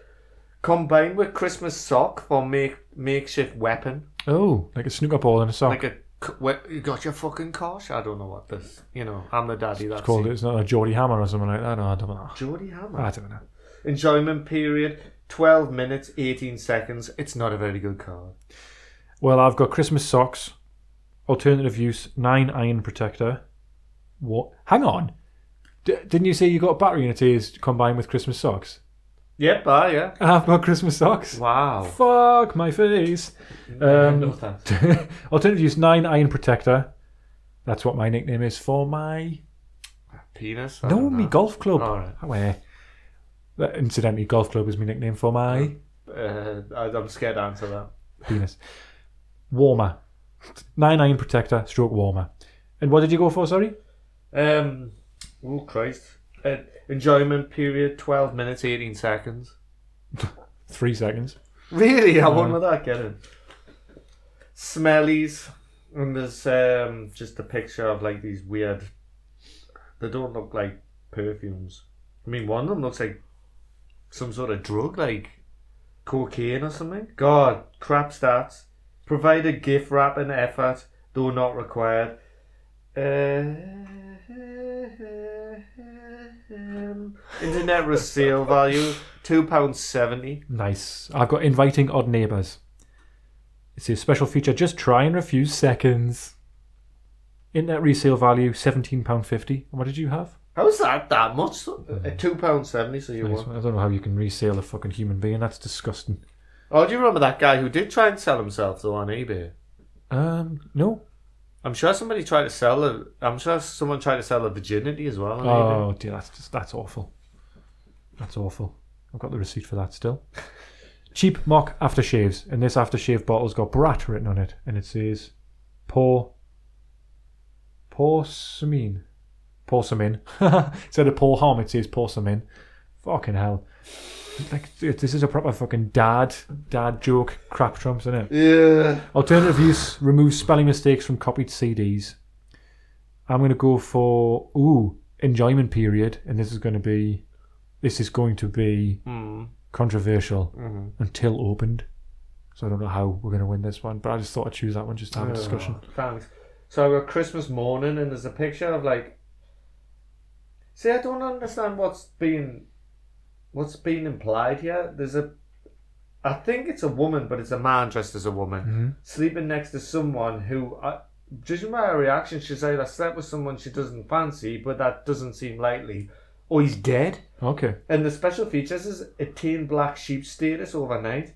[SPEAKER 3] combined with Christmas sock for make makeshift weapon,
[SPEAKER 2] Oh, like a snooker ball in a sock.
[SPEAKER 3] like a. c- we- You got your fucking cosh? I don't know what this. You know, I'm the daddy. That's
[SPEAKER 2] Called it. It's not a Geordie Hammer or something like that. No, I don't know. Ah,
[SPEAKER 3] Geordie Hammer.
[SPEAKER 2] I don't know.
[SPEAKER 3] Enjoyment period 12 minutes 18 seconds. It's not a very good card.
[SPEAKER 2] Well, I've got Christmas socks, alternative use, nine iron protector. What? Hang on. D- didn't you say you got a battery unit here is combined with Christmas socks?
[SPEAKER 3] Yep, ah, yeah.
[SPEAKER 2] I've got Christmas socks.
[SPEAKER 3] Wow.
[SPEAKER 2] Fuck my face. Um, [laughs]
[SPEAKER 3] No thanks.
[SPEAKER 2] alternative use nine iron protector. That's what my nickname is for my
[SPEAKER 3] Penis? I
[SPEAKER 2] no
[SPEAKER 3] don't
[SPEAKER 2] me
[SPEAKER 3] know.
[SPEAKER 2] golf club.
[SPEAKER 3] All right.
[SPEAKER 2] Where? That, incidentally, golf club is my nickname for my
[SPEAKER 3] Uh, I, I'm scared to answer that.
[SPEAKER 2] penis. Warmer, nine iron protector, stroke warmer. And what did you go for? Sorry,
[SPEAKER 3] Um, oh, Christ. Uh, enjoyment period 12 minutes 18 seconds.
[SPEAKER 2] three seconds.
[SPEAKER 3] Really? I won without getting. Smellies. And there's um, just a picture of like these weird. They don't look like perfumes. I mean, one of them looks like some sort of drug, like cocaine or something. God, crap stats. Provide a gift wrap and effort, though not required. Uh, [laughs] Um, internet resale value £2.70.
[SPEAKER 2] Nice. I've got inviting odd neighbours. It's a special feature. Just try and refuse seconds. Internet resale value seventeen pound fifty. What did you have?
[SPEAKER 3] How's that that much? At two pound seventy, so you
[SPEAKER 2] Mm-hmm. Nice
[SPEAKER 3] won.
[SPEAKER 2] one. I don't know how you can resale a fucking human being. That's disgusting.
[SPEAKER 3] Oh, do you remember that guy who did try and sell himself though on eBay?
[SPEAKER 2] Um, no.
[SPEAKER 3] I'm sure somebody tried to sell a. I'm sure someone tried to sell a virginity as well on eBay.
[SPEAKER 2] Oh dear, that's just that's awful. That's awful. I've got the receipt for that still. Cheap mock aftershaves, and this aftershave bottle's got Brat written on it, and it says, "Pour, porcelain, porcelain." [laughs] Instead of pour harm, it says porcelain. Fucking hell! Like th- this is a proper fucking dad dad joke crap trumps, isn't it?
[SPEAKER 3] Yeah.
[SPEAKER 2] Alternative use removes spelling mistakes from copied CDs. I'm going to go for ooh enjoyment period, and this is going to be this is going to be
[SPEAKER 3] Hmm.
[SPEAKER 2] controversial
[SPEAKER 3] Mm-hmm.
[SPEAKER 2] until opened. So I don't know how we're going to win this one, but I just thought I'd choose that one just to have a discussion.
[SPEAKER 3] Oh, Thanks. So I got Christmas morning, and there's a picture of like. See, I don't understand what's being, what's being implied here. There's a, I think it's a woman, but it's a man dressed as a woman sleeping next to someone who, I, judging by her reaction, she's either slept with someone she doesn't fancy, but that doesn't seem likely, or he's dead.
[SPEAKER 2] Okay.
[SPEAKER 3] And the special features is attain black sheep status overnight,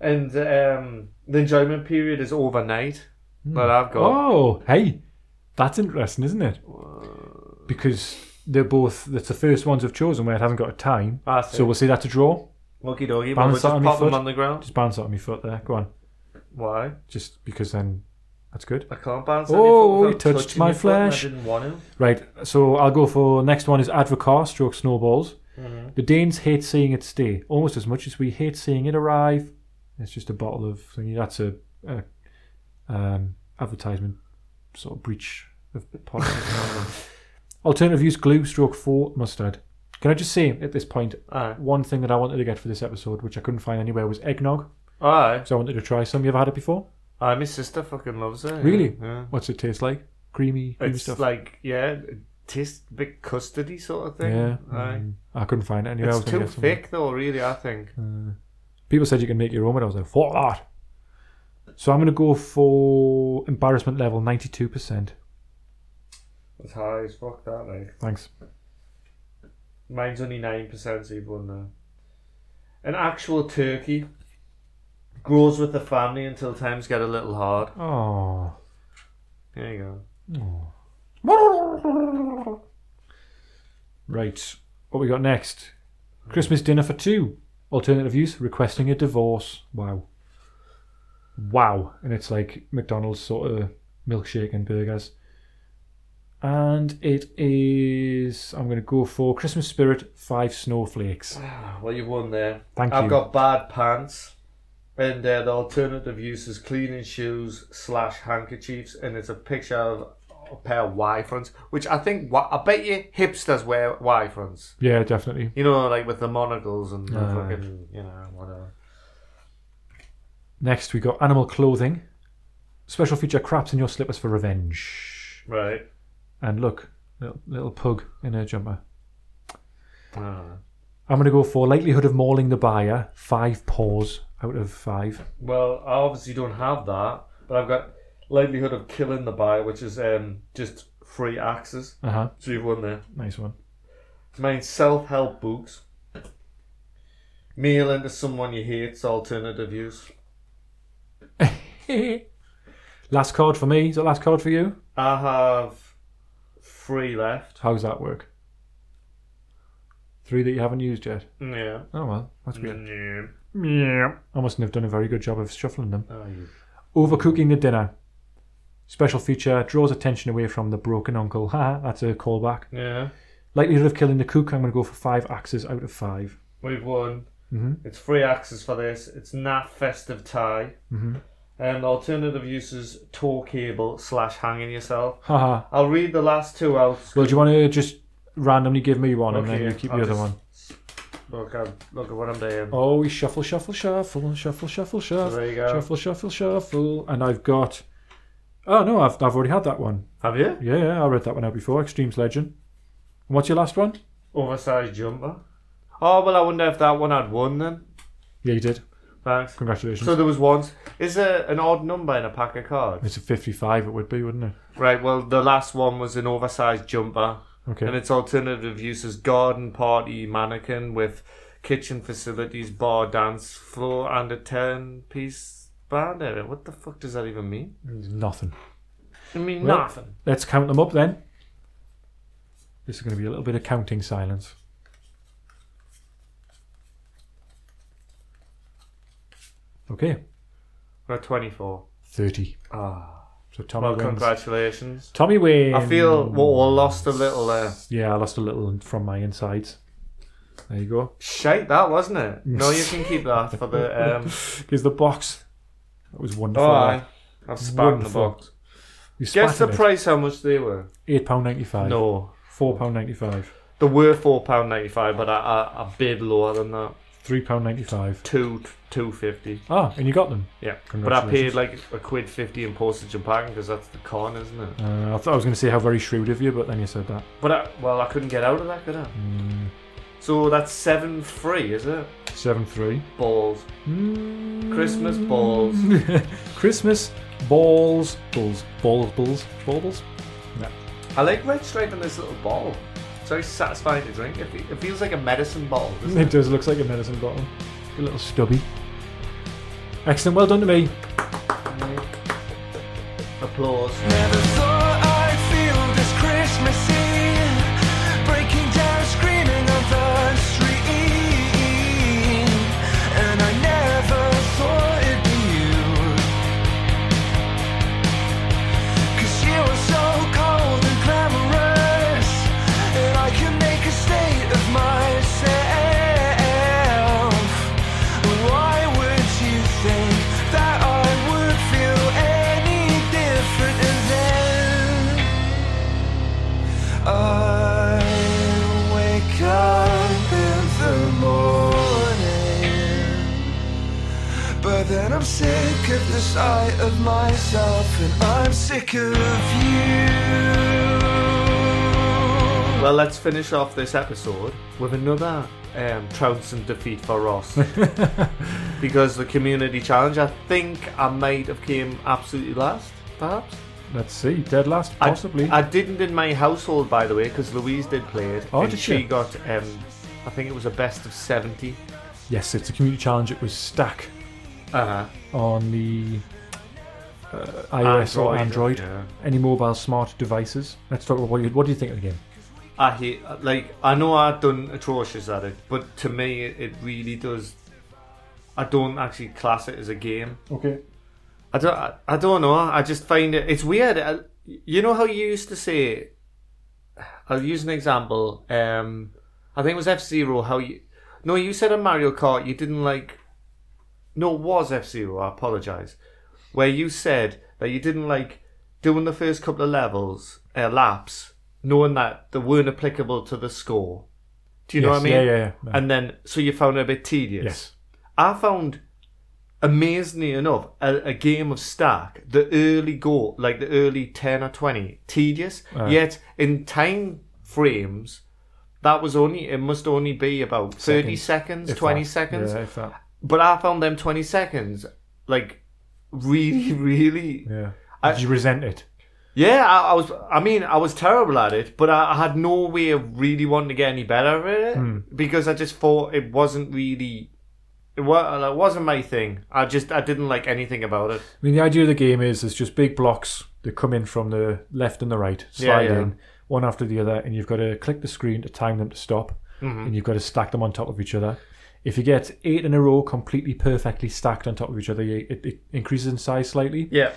[SPEAKER 3] and um, the enjoyment period is overnight.
[SPEAKER 2] Hmm.
[SPEAKER 3] But I've got
[SPEAKER 2] Oh, hey, that's interesting, isn't it? Because they're both. That's the first ones I've chosen where it hasn't got a time.
[SPEAKER 3] Ah, I see.
[SPEAKER 2] So we'll see that's a draw.
[SPEAKER 3] monkey doggy, but
[SPEAKER 2] Bounce
[SPEAKER 3] we'll
[SPEAKER 2] that on
[SPEAKER 3] just
[SPEAKER 2] your
[SPEAKER 3] pop them
[SPEAKER 2] foot.
[SPEAKER 3] on the ground.
[SPEAKER 2] Just bounce it on my foot there. Go on.
[SPEAKER 3] Why?
[SPEAKER 2] Just because then that's good.
[SPEAKER 3] I can't bounce.
[SPEAKER 2] Oh,
[SPEAKER 3] on your foot
[SPEAKER 2] you
[SPEAKER 3] without
[SPEAKER 2] touched
[SPEAKER 3] touching
[SPEAKER 2] my
[SPEAKER 3] your foot, and
[SPEAKER 2] flesh.
[SPEAKER 3] I didn't want to.
[SPEAKER 2] Right, so I'll go for next one is Advocar stroke snowballs.
[SPEAKER 3] Mm-hmm.
[SPEAKER 2] The Danes hate seeing it stay almost as much as we hate seeing it arrive. It's just a bottle of thingy. That's a, a um, advertisement sort of breach of
[SPEAKER 3] [laughs]
[SPEAKER 2] policy. Alternative use glue stroke four mustard. Can I just say at this point
[SPEAKER 3] Aye.
[SPEAKER 2] one thing that I wanted to get for this episode, which I couldn't find anywhere, was eggnog.
[SPEAKER 3] Aye.
[SPEAKER 2] So I wanted to try some. You ever had it before?
[SPEAKER 3] Aye, my sister fucking loves it.
[SPEAKER 2] Really?
[SPEAKER 3] Yeah.
[SPEAKER 2] What's it taste like? Creamy, creamy
[SPEAKER 3] It's
[SPEAKER 2] stuff.
[SPEAKER 3] like yeah, it tastes a bit custardy sort of thing.
[SPEAKER 2] yeah.
[SPEAKER 3] Aye.
[SPEAKER 2] Mm. I couldn't find it anywhere. I
[SPEAKER 3] It's
[SPEAKER 2] was gonna
[SPEAKER 3] too
[SPEAKER 2] get Mm. something.
[SPEAKER 3] thick though, really. I think.
[SPEAKER 2] People said you can make your own, but I was like, fuck that. So I'm going to go for embarrassment level 92%.
[SPEAKER 3] It's high as fuck that, like.
[SPEAKER 2] Thanks.
[SPEAKER 3] Mine's only nine percent, so you've won there. An actual turkey grows with the family until times get a little hard.
[SPEAKER 2] Oh.
[SPEAKER 3] There you go.
[SPEAKER 2] Right. What we got next? Christmas dinner for two. Alternative use requesting a divorce. Wow. Wow. And it's like McDonald's sort of milkshake and burgers. And it is. I'm going to go for Christmas spirit, five snowflakes.
[SPEAKER 3] Well, you've won there.
[SPEAKER 2] Thank
[SPEAKER 3] I've
[SPEAKER 2] you.
[SPEAKER 3] got bad pants, and uh, the alternative use is cleaning shoes slash handkerchiefs, and it's a picture of a pair of Y fronts, which I think wa- I bet you hipsters wear Y fronts.
[SPEAKER 2] Yeah, definitely.
[SPEAKER 3] You know, like with the monocles and the
[SPEAKER 2] Aye.
[SPEAKER 3] fucking, you know, whatever.
[SPEAKER 2] Next, we got animal clothing. Special feature craps in your slippers for revenge.
[SPEAKER 3] Right.
[SPEAKER 2] And look, little, little pug in her jumper.
[SPEAKER 3] Ah.
[SPEAKER 2] I'm going to go for likelihood of mauling the buyer, five paws out of five.
[SPEAKER 3] Well, I obviously don't have that, but I've got likelihood of killing the buyer, which is um, just free axes.
[SPEAKER 2] Uh huh.
[SPEAKER 3] So you've won there.
[SPEAKER 2] Nice one. [laughs]
[SPEAKER 3] Mine self help books. Mail into someone you hate's alternative use.
[SPEAKER 2] last card for me. Is that last card for you?
[SPEAKER 3] I have three left.
[SPEAKER 2] How does that work? Three that you haven't used yet.
[SPEAKER 3] Yeah.
[SPEAKER 2] Oh well, that's good.
[SPEAKER 3] Yeah.
[SPEAKER 2] Yeah. I mustn't have done a very good job of shuffling them.
[SPEAKER 3] Oh, you-
[SPEAKER 2] Overcooking the dinner. Special feature draws attention away from the broken uncle. [laughs] Haha, that's a callback.
[SPEAKER 3] Yeah.
[SPEAKER 2] Likelihood of killing the cook, I'm going to go for five axes out of five.
[SPEAKER 3] We've won.
[SPEAKER 2] Mhm.
[SPEAKER 3] It's free access for this. It's not festive tie.
[SPEAKER 2] Mhm.
[SPEAKER 3] And alternative uses tow cable slash hanging yourself.
[SPEAKER 2] Haha.
[SPEAKER 3] I'll read the last two out.
[SPEAKER 2] Well, do you want to just randomly give me one and
[SPEAKER 3] Okay,
[SPEAKER 2] then you
[SPEAKER 3] yeah,
[SPEAKER 2] keep
[SPEAKER 3] I'll
[SPEAKER 2] the other
[SPEAKER 3] just-
[SPEAKER 2] one?
[SPEAKER 3] Look, i look at what I'm doing.
[SPEAKER 2] Oh, we shuffle, shuffle, shuffle, shuffle, shuffle, shuffle.
[SPEAKER 3] there you go.
[SPEAKER 2] Shuffle, shuffle, shuffle. And I've got. Oh, no, I've, I've already had that one.
[SPEAKER 3] Have you?
[SPEAKER 2] Yeah, yeah, I read that one out before. Extremes Legend. And what's your last one?
[SPEAKER 3] Oversized jumper. Oh, well, I wonder if that one had won then.
[SPEAKER 2] Yeah, you did.
[SPEAKER 3] Thanks.
[SPEAKER 2] Congratulations.
[SPEAKER 3] So there was once. Is there an odd number in a pack of cards?
[SPEAKER 2] it's a 55, it would be, wouldn't it?
[SPEAKER 3] Right, well, the last one was an oversized jumper.
[SPEAKER 2] Okay.
[SPEAKER 3] And its alternative use is garden party mannequin with kitchen facilities, bar, dance floor, and a 10 piece band area. What the fuck does that even mean?
[SPEAKER 2] Nothing.
[SPEAKER 3] I mean,
[SPEAKER 2] Well-
[SPEAKER 3] nothing.
[SPEAKER 2] Let's count them up then. This is going to be a little bit of counting silence. Okay,
[SPEAKER 3] We're at 24.
[SPEAKER 2] 30.
[SPEAKER 3] Ah.
[SPEAKER 2] So Tommy
[SPEAKER 3] Well,
[SPEAKER 2] wins.
[SPEAKER 3] congratulations.
[SPEAKER 2] Tommy wins.
[SPEAKER 3] I feel we all lost a little there.
[SPEAKER 2] Yeah, I lost a little from my insides. There you go.
[SPEAKER 3] Shite that,
[SPEAKER 2] [laughs]
[SPEAKER 3] wasn't it? No, you can keep that for the. Um,
[SPEAKER 2] Here's the box. That was wonderful.
[SPEAKER 3] oh, aye. I've spat in the
[SPEAKER 2] Wonderful.
[SPEAKER 3] box.
[SPEAKER 2] You
[SPEAKER 3] Guess the
[SPEAKER 2] spat in
[SPEAKER 3] price how much they were.
[SPEAKER 2] it. £8.95.
[SPEAKER 3] No.
[SPEAKER 2] £4.95.
[SPEAKER 3] They were £4.95, but I, I, I bid lower than that.
[SPEAKER 2] £3.95.
[SPEAKER 3] Two two fifty.
[SPEAKER 2] Ah, and you got them.
[SPEAKER 3] Yeah. But I
[SPEAKER 2] Congratulations.
[SPEAKER 3] paid like a quid fifty in postage and packing because that's the con, isn't it?
[SPEAKER 2] Uh, I thought I was going to say how very shrewd of you, but then you said that. Mm.
[SPEAKER 3] But I, well, I couldn't get out of that, could I? So that's seven three, is it?
[SPEAKER 2] 7 3.
[SPEAKER 3] Balls. Christmas
[SPEAKER 2] Mm.
[SPEAKER 3] balls.
[SPEAKER 2] [laughs] Christmas balls. Balls. Balls. Balls. Balls.
[SPEAKER 3] I like red stripe on this little ball. It's very satisfying to drink. It, fe- it feels like a medicine ball. doesn't
[SPEAKER 2] It does look like a medicine bottle. A little stubby. Excellent. Well done to me.
[SPEAKER 3] it? Applause.
[SPEAKER 5] Never thought I'd feel this Christmassy, breaking down, screaming on the street, and I never thought it'd be you. 'Cause you were so cold and glamorous, and I can make a state of myself. Why would you think that I would feel any different and then I wake up in the morning But then I'm sick of the sight of myself and I'm sick of you
[SPEAKER 3] Well, let's finish off this episode with another um, trouncing defeat for Ross.
[SPEAKER 2] [laughs]
[SPEAKER 3] because the community challenge, I think I might have came absolutely last, perhaps.
[SPEAKER 2] Let's see. Dead last,
[SPEAKER 3] I-
[SPEAKER 2] possibly.
[SPEAKER 3] I, didn't in my household, by the way, because Louise did play it.
[SPEAKER 2] Oh,
[SPEAKER 3] and
[SPEAKER 2] did
[SPEAKER 3] she
[SPEAKER 2] she?
[SPEAKER 3] got, um, I think it was a best of 70.
[SPEAKER 2] yes, it's a community challenge. It was Stack
[SPEAKER 3] Uh
[SPEAKER 2] Uh-huh.
[SPEAKER 3] huh.
[SPEAKER 2] on the uh,
[SPEAKER 3] Uh-huh.
[SPEAKER 2] iOS or Android. Any mobile smart devices? Let's talk about what you, what do you think of the game?
[SPEAKER 3] I hate uh, like I know I've done atrocious at it, but to me it, it really does. I don't actually class it as a game.
[SPEAKER 2] Okay.
[SPEAKER 3] I don't. I, I don't know. I just find it. It's weird. I, you know how you used to say. I'll use an example. Um, I think it was F Zero. How you? No, you said on Mario Kart you didn't like. No, it was F Zero. I apologize. Where you said that you didn't like doing the first couple of levels uh, laps, knowing that they weren't applicable to the score. Do you know
[SPEAKER 2] Yes,
[SPEAKER 3] what I mean?
[SPEAKER 2] yeah, yeah, yeah. No.
[SPEAKER 3] And then so you found it a bit tedious.
[SPEAKER 2] Yes.
[SPEAKER 3] I found amazingly enough a, a game of Stark, the early goal, like the early ten or twenty, tedious. Yet in time frames, that was only it must only be about thirty seconds,
[SPEAKER 2] If
[SPEAKER 3] twenty
[SPEAKER 2] that.
[SPEAKER 3] seconds.
[SPEAKER 2] Yeah, if that.
[SPEAKER 3] But I found them twenty seconds like
[SPEAKER 2] [laughs]
[SPEAKER 3] really, really. Yeah,
[SPEAKER 2] Yeah.
[SPEAKER 3] I-
[SPEAKER 2] Did you resent it?
[SPEAKER 3] I, I was. I mean, I was terrible at it, but I, I had no way of really wanting to get any better at it
[SPEAKER 2] Hmm.
[SPEAKER 3] because I just thought it wasn't really. It wa- it wasn't my thing. I just I didn't like anything about it.
[SPEAKER 2] I mean, the idea of the game is there's just big blocks that come in from the left and the right, slide
[SPEAKER 3] yeah.
[SPEAKER 2] in one after the other, and you've got to click the screen to time them to stop,
[SPEAKER 3] Mm-hmm.
[SPEAKER 2] and you've got to stack them on top of each other. If you get eight in a row completely perfectly stacked on top of each other, you- it, it increases in size slightly.
[SPEAKER 3] Yeah.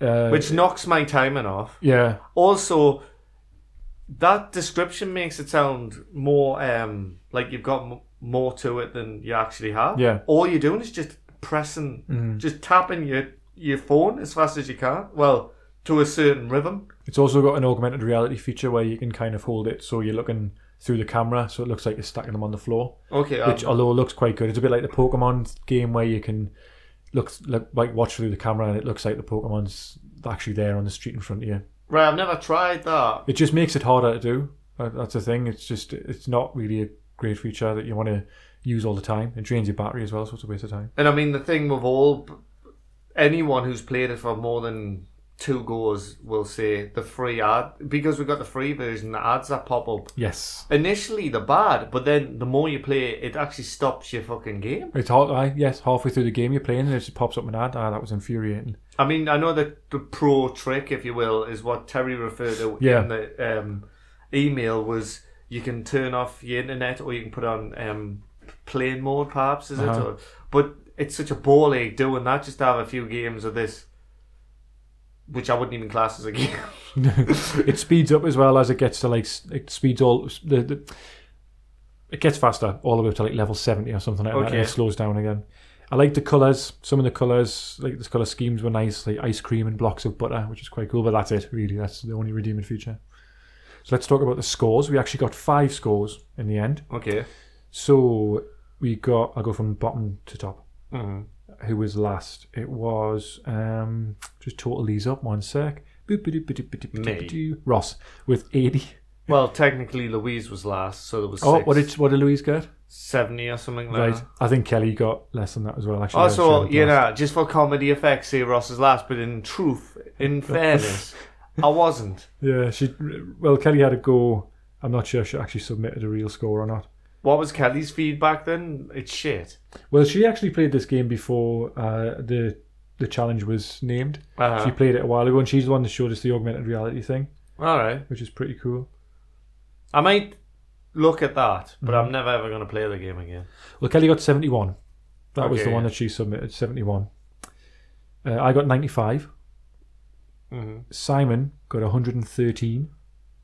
[SPEAKER 2] Uh,
[SPEAKER 3] Which knocks my timing off.
[SPEAKER 2] yeah,
[SPEAKER 3] Also, that description makes it sound more um, like you've got m- more to it than you actually have.
[SPEAKER 2] Yeah.
[SPEAKER 3] All you're doing is just pressing, just tapping your, your phone as fast as you can. Well, to a certain rhythm.
[SPEAKER 2] it's also got an augmented reality feature where you can kind of hold it so you're looking through the camera, so it looks like you're stacking them on the floor.
[SPEAKER 3] Okay.
[SPEAKER 2] which although it looks quite good, it's a bit like the Pokemon game where you can look, look like watch through the camera and it looks like the Pokemon's actually there on the street in front of you.
[SPEAKER 3] right, I've never tried that.
[SPEAKER 2] It just makes it harder to do. That- That's the thing. It's just it's not really a great feature that you want to use all the time. It drains your battery as well, so it's a waste of time.
[SPEAKER 3] And I mean, the thing with all, anyone who's played it for more than two goes will say the free ad, because we've got the free version, the ads that pop up.
[SPEAKER 2] Yes,
[SPEAKER 3] initially they're bad, but then the more you play it, it actually stops your fucking game.
[SPEAKER 2] it's hard. I, yes, halfway through the game you're playing and it just pops up an ad. Ah, that was infuriating.
[SPEAKER 3] I mean, I know that the pro trick, if you will, is what Terry referred to
[SPEAKER 2] Yeah.
[SPEAKER 3] in the um, email was you can turn off your internet or you can put on um, plane mode, perhaps, is it?
[SPEAKER 2] Uh-huh.
[SPEAKER 3] Or, but it's such a ball ache doing that, just to have a few games of this, which I wouldn't even class as a [laughs] game.
[SPEAKER 2] it speeds up as well as it gets to like s- it speeds all the, the it gets faster all the way up to like level 70 or something like that
[SPEAKER 3] Okay.
[SPEAKER 2] and it slows down again i like the colors some of the colors like the color schemes were nice like ice cream and blocks of butter which is quite cool but that's it really that's the only redeeming feature so let's talk about the scores we actually got five scores in the end
[SPEAKER 3] okay.
[SPEAKER 2] so we got i'll go from bottom to top
[SPEAKER 3] Mm-hmm.
[SPEAKER 2] who was last it was um just total these up one sec Boop-a-doop-a-doop-a-doop-a-doop-a-doo. Ross with 80
[SPEAKER 3] Well, technically, Louise was last, so there was
[SPEAKER 2] Oh,
[SPEAKER 3] six.
[SPEAKER 2] what did what did Louise get?
[SPEAKER 3] 70 or something like
[SPEAKER 2] Right,
[SPEAKER 3] that.
[SPEAKER 2] I think Kelly got less than that as well. Actually,
[SPEAKER 3] Also,
[SPEAKER 2] yeah,
[SPEAKER 3] Uh-huh. Oh, you know, just for comedy effects, here Ross is last, but in truth, in fairness, I wasn't.
[SPEAKER 2] yeah, she. Well, Kelly had a go. I'm not sure if she actually submitted a real score or not.
[SPEAKER 3] What was Kelly's feedback then? It's shit.
[SPEAKER 2] Well, she actually played this game before uh, the the challenge was named.
[SPEAKER 3] Uh-huh.
[SPEAKER 2] She played it a while ago, and she's the one that showed us the augmented reality thing,
[SPEAKER 3] All right.
[SPEAKER 2] which is pretty cool.
[SPEAKER 3] I might look at that, but I'm never ever going to play the game again.
[SPEAKER 2] Well, Kelly got 71. That was
[SPEAKER 3] Okay,
[SPEAKER 2] the one
[SPEAKER 3] yeah.
[SPEAKER 2] that she submitted, 71. Uh, I got 95.
[SPEAKER 3] Mhm.
[SPEAKER 2] Simon got 113.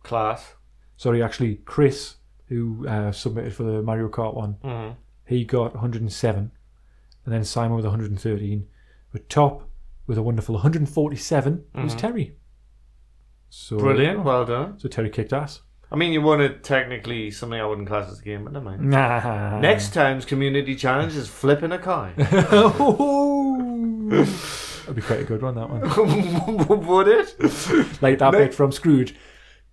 [SPEAKER 3] Class.
[SPEAKER 2] Sorry, actually, Chris, who uh, submitted for the Mario Kart one,
[SPEAKER 3] Mhm.
[SPEAKER 2] he got 107. And then Simon with 113. But top with a wonderful 147 was Terry. So,
[SPEAKER 3] Mm-hmm. Brilliant. Well done.
[SPEAKER 2] So Terry kicked ass.
[SPEAKER 3] I mean, you won it technically something I wouldn't class as a game, but never
[SPEAKER 2] Mm. [laughs]
[SPEAKER 3] mind.
[SPEAKER 2] Nah.
[SPEAKER 3] [laughs] Next time's community challenge is flipping a coin. [laughs]
[SPEAKER 2] That'd be quite a good one, that one.
[SPEAKER 3] Would it?
[SPEAKER 2] Like that bit from Scrooge.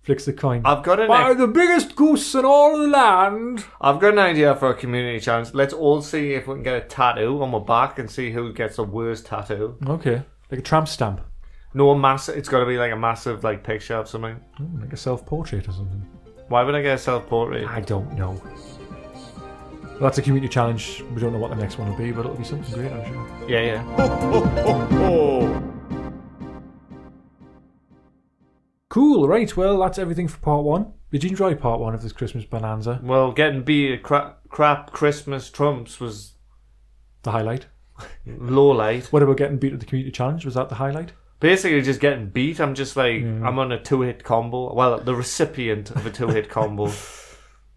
[SPEAKER 2] Flicks the coin.
[SPEAKER 3] I've got an
[SPEAKER 2] the biggest goose in all the land.
[SPEAKER 3] I've got an idea for a community challenge. Let's all see if we can get a tattoo on my back and see who gets the worst tattoo.
[SPEAKER 2] Okay. Like a tramp stamp.
[SPEAKER 3] No mass. It's got to be like a massive like picture of something.
[SPEAKER 2] Hmm, Like a self portrait or something.
[SPEAKER 3] Why would I get a self portrait?
[SPEAKER 2] I don't know. Well, that's a community challenge. We don't know what the next one will be, but it'll be something great, I'm sure.
[SPEAKER 3] Yeah, yeah.
[SPEAKER 2] Cool, right. Well, that's everything for part one. Did you enjoy part one of this Christmas bonanza?
[SPEAKER 3] Well, getting beat at cra- crap Christmas trumps was
[SPEAKER 2] The highlight.
[SPEAKER 3] low light.
[SPEAKER 2] What about getting beat at the community challenge? Was that the highlight?
[SPEAKER 3] Basically, just getting beat. I'm just like
[SPEAKER 2] Mm.
[SPEAKER 3] I'm on a two hit combo. Well, the recipient of a two hit
[SPEAKER 2] [laughs]
[SPEAKER 3] combo.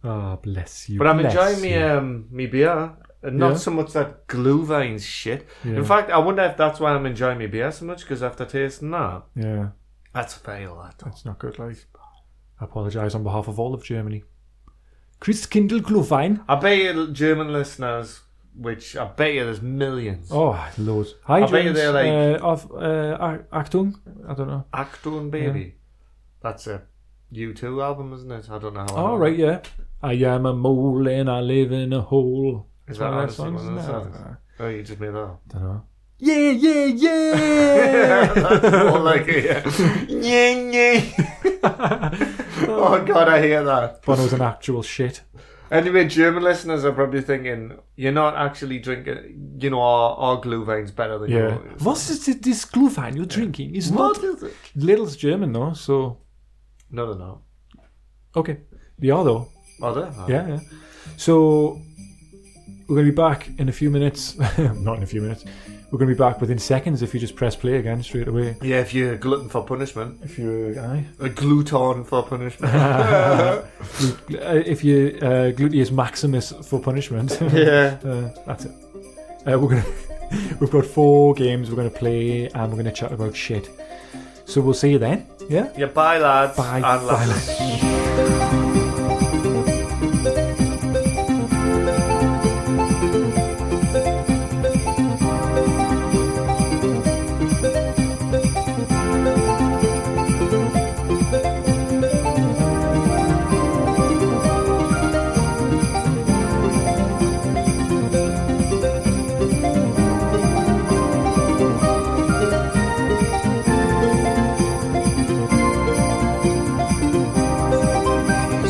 [SPEAKER 2] Ah, bless you.
[SPEAKER 3] But I'm
[SPEAKER 2] bless
[SPEAKER 3] enjoying
[SPEAKER 2] you.
[SPEAKER 3] me um me beer. And not
[SPEAKER 2] Yeah.
[SPEAKER 3] so much that glue vines shit.
[SPEAKER 2] Yeah.
[SPEAKER 3] In fact, I wonder if that's why I'm enjoying my beer so much, because after tasting that,
[SPEAKER 2] Yeah,
[SPEAKER 3] That's fail, that.
[SPEAKER 2] that's not good, like. I apologise on behalf of all of Germany. Chris Kindle Glühwein.
[SPEAKER 3] I bet you German listeners, which I bet you there's millions.
[SPEAKER 2] Oh, loads. Hi,
[SPEAKER 3] I bet you
[SPEAKER 2] James.
[SPEAKER 3] they're like-
[SPEAKER 2] uh, of, uh, Ac- Achtung. I don't know.
[SPEAKER 3] Acton Baby. That's a U2 album, isn't it? I don't know how I
[SPEAKER 2] Oh,
[SPEAKER 3] know
[SPEAKER 2] right,
[SPEAKER 3] that.
[SPEAKER 2] yeah. I am a mole and I live in a hole.
[SPEAKER 3] Is that
[SPEAKER 2] one of
[SPEAKER 3] honestly
[SPEAKER 2] their
[SPEAKER 3] one of the
[SPEAKER 2] songs?
[SPEAKER 3] songs? Oh, you just made that up.
[SPEAKER 2] No, I don't know. Yeah, yeah, [laughs] yeah.
[SPEAKER 3] That's [laughs] more like it, yeah. yeah, yeah.
[SPEAKER 2] [laughs]
[SPEAKER 3] oh, God, I hear that.
[SPEAKER 2] Bono's an actual shit.
[SPEAKER 3] Anyway, German listeners are probably thinking, you're not actually drinking, you know, our, our glue vine's better than
[SPEAKER 2] Yeah.
[SPEAKER 3] yours.
[SPEAKER 2] What is it, this Glühwein you're drinking? It's
[SPEAKER 3] What
[SPEAKER 2] not.
[SPEAKER 3] is it?
[SPEAKER 2] Little's German, though, so.
[SPEAKER 3] No, no, no.
[SPEAKER 2] Okay. They are, though.
[SPEAKER 3] Oh, they're not.
[SPEAKER 2] Yeah, yeah. So we're going to be back in a few minutes. [laughs] Not in a few minutes. We're going to be back within seconds if you just press play again straight away.
[SPEAKER 3] Yeah, if you're a glutton for punishment.
[SPEAKER 2] If you're aye.
[SPEAKER 3] A gluton for punishment.
[SPEAKER 2] Uh, if you uh, gluteus maximus for punishment. [laughs]
[SPEAKER 3] yeah.
[SPEAKER 2] uh, that's it. Uh, we're gonna [laughs] we've got four games we're gonna play and we're gonna chat about shit. So we'll see you then. Yeah.
[SPEAKER 3] Yeah, bye lads.
[SPEAKER 2] Bye.
[SPEAKER 3] And
[SPEAKER 2] Bye.
[SPEAKER 3] lasses.
[SPEAKER 2] lads.
[SPEAKER 3] [laughs]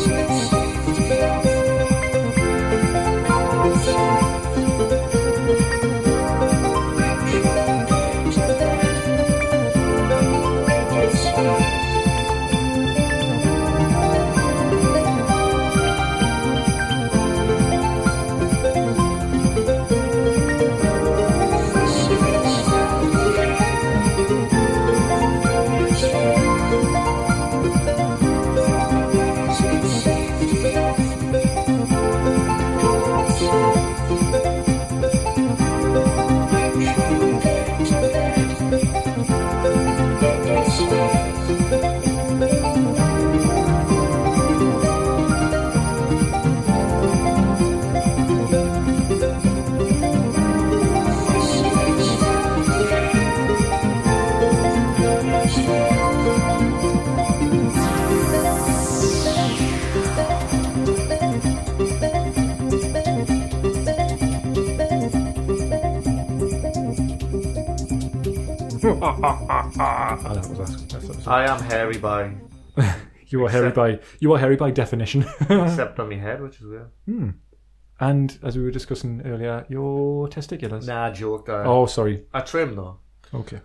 [SPEAKER 6] Thank
[SPEAKER 2] Ah, that was that's, that's, that's,
[SPEAKER 3] I am hairy by
[SPEAKER 2] you are hairy by you are hairy by definition. [laughs]
[SPEAKER 3] except on my head, which is weird.
[SPEAKER 2] and as we were discussing earlier, your testiculars.
[SPEAKER 3] Nah, joke. I,
[SPEAKER 2] Oh, sorry.
[SPEAKER 3] I trim though.
[SPEAKER 2] Okay.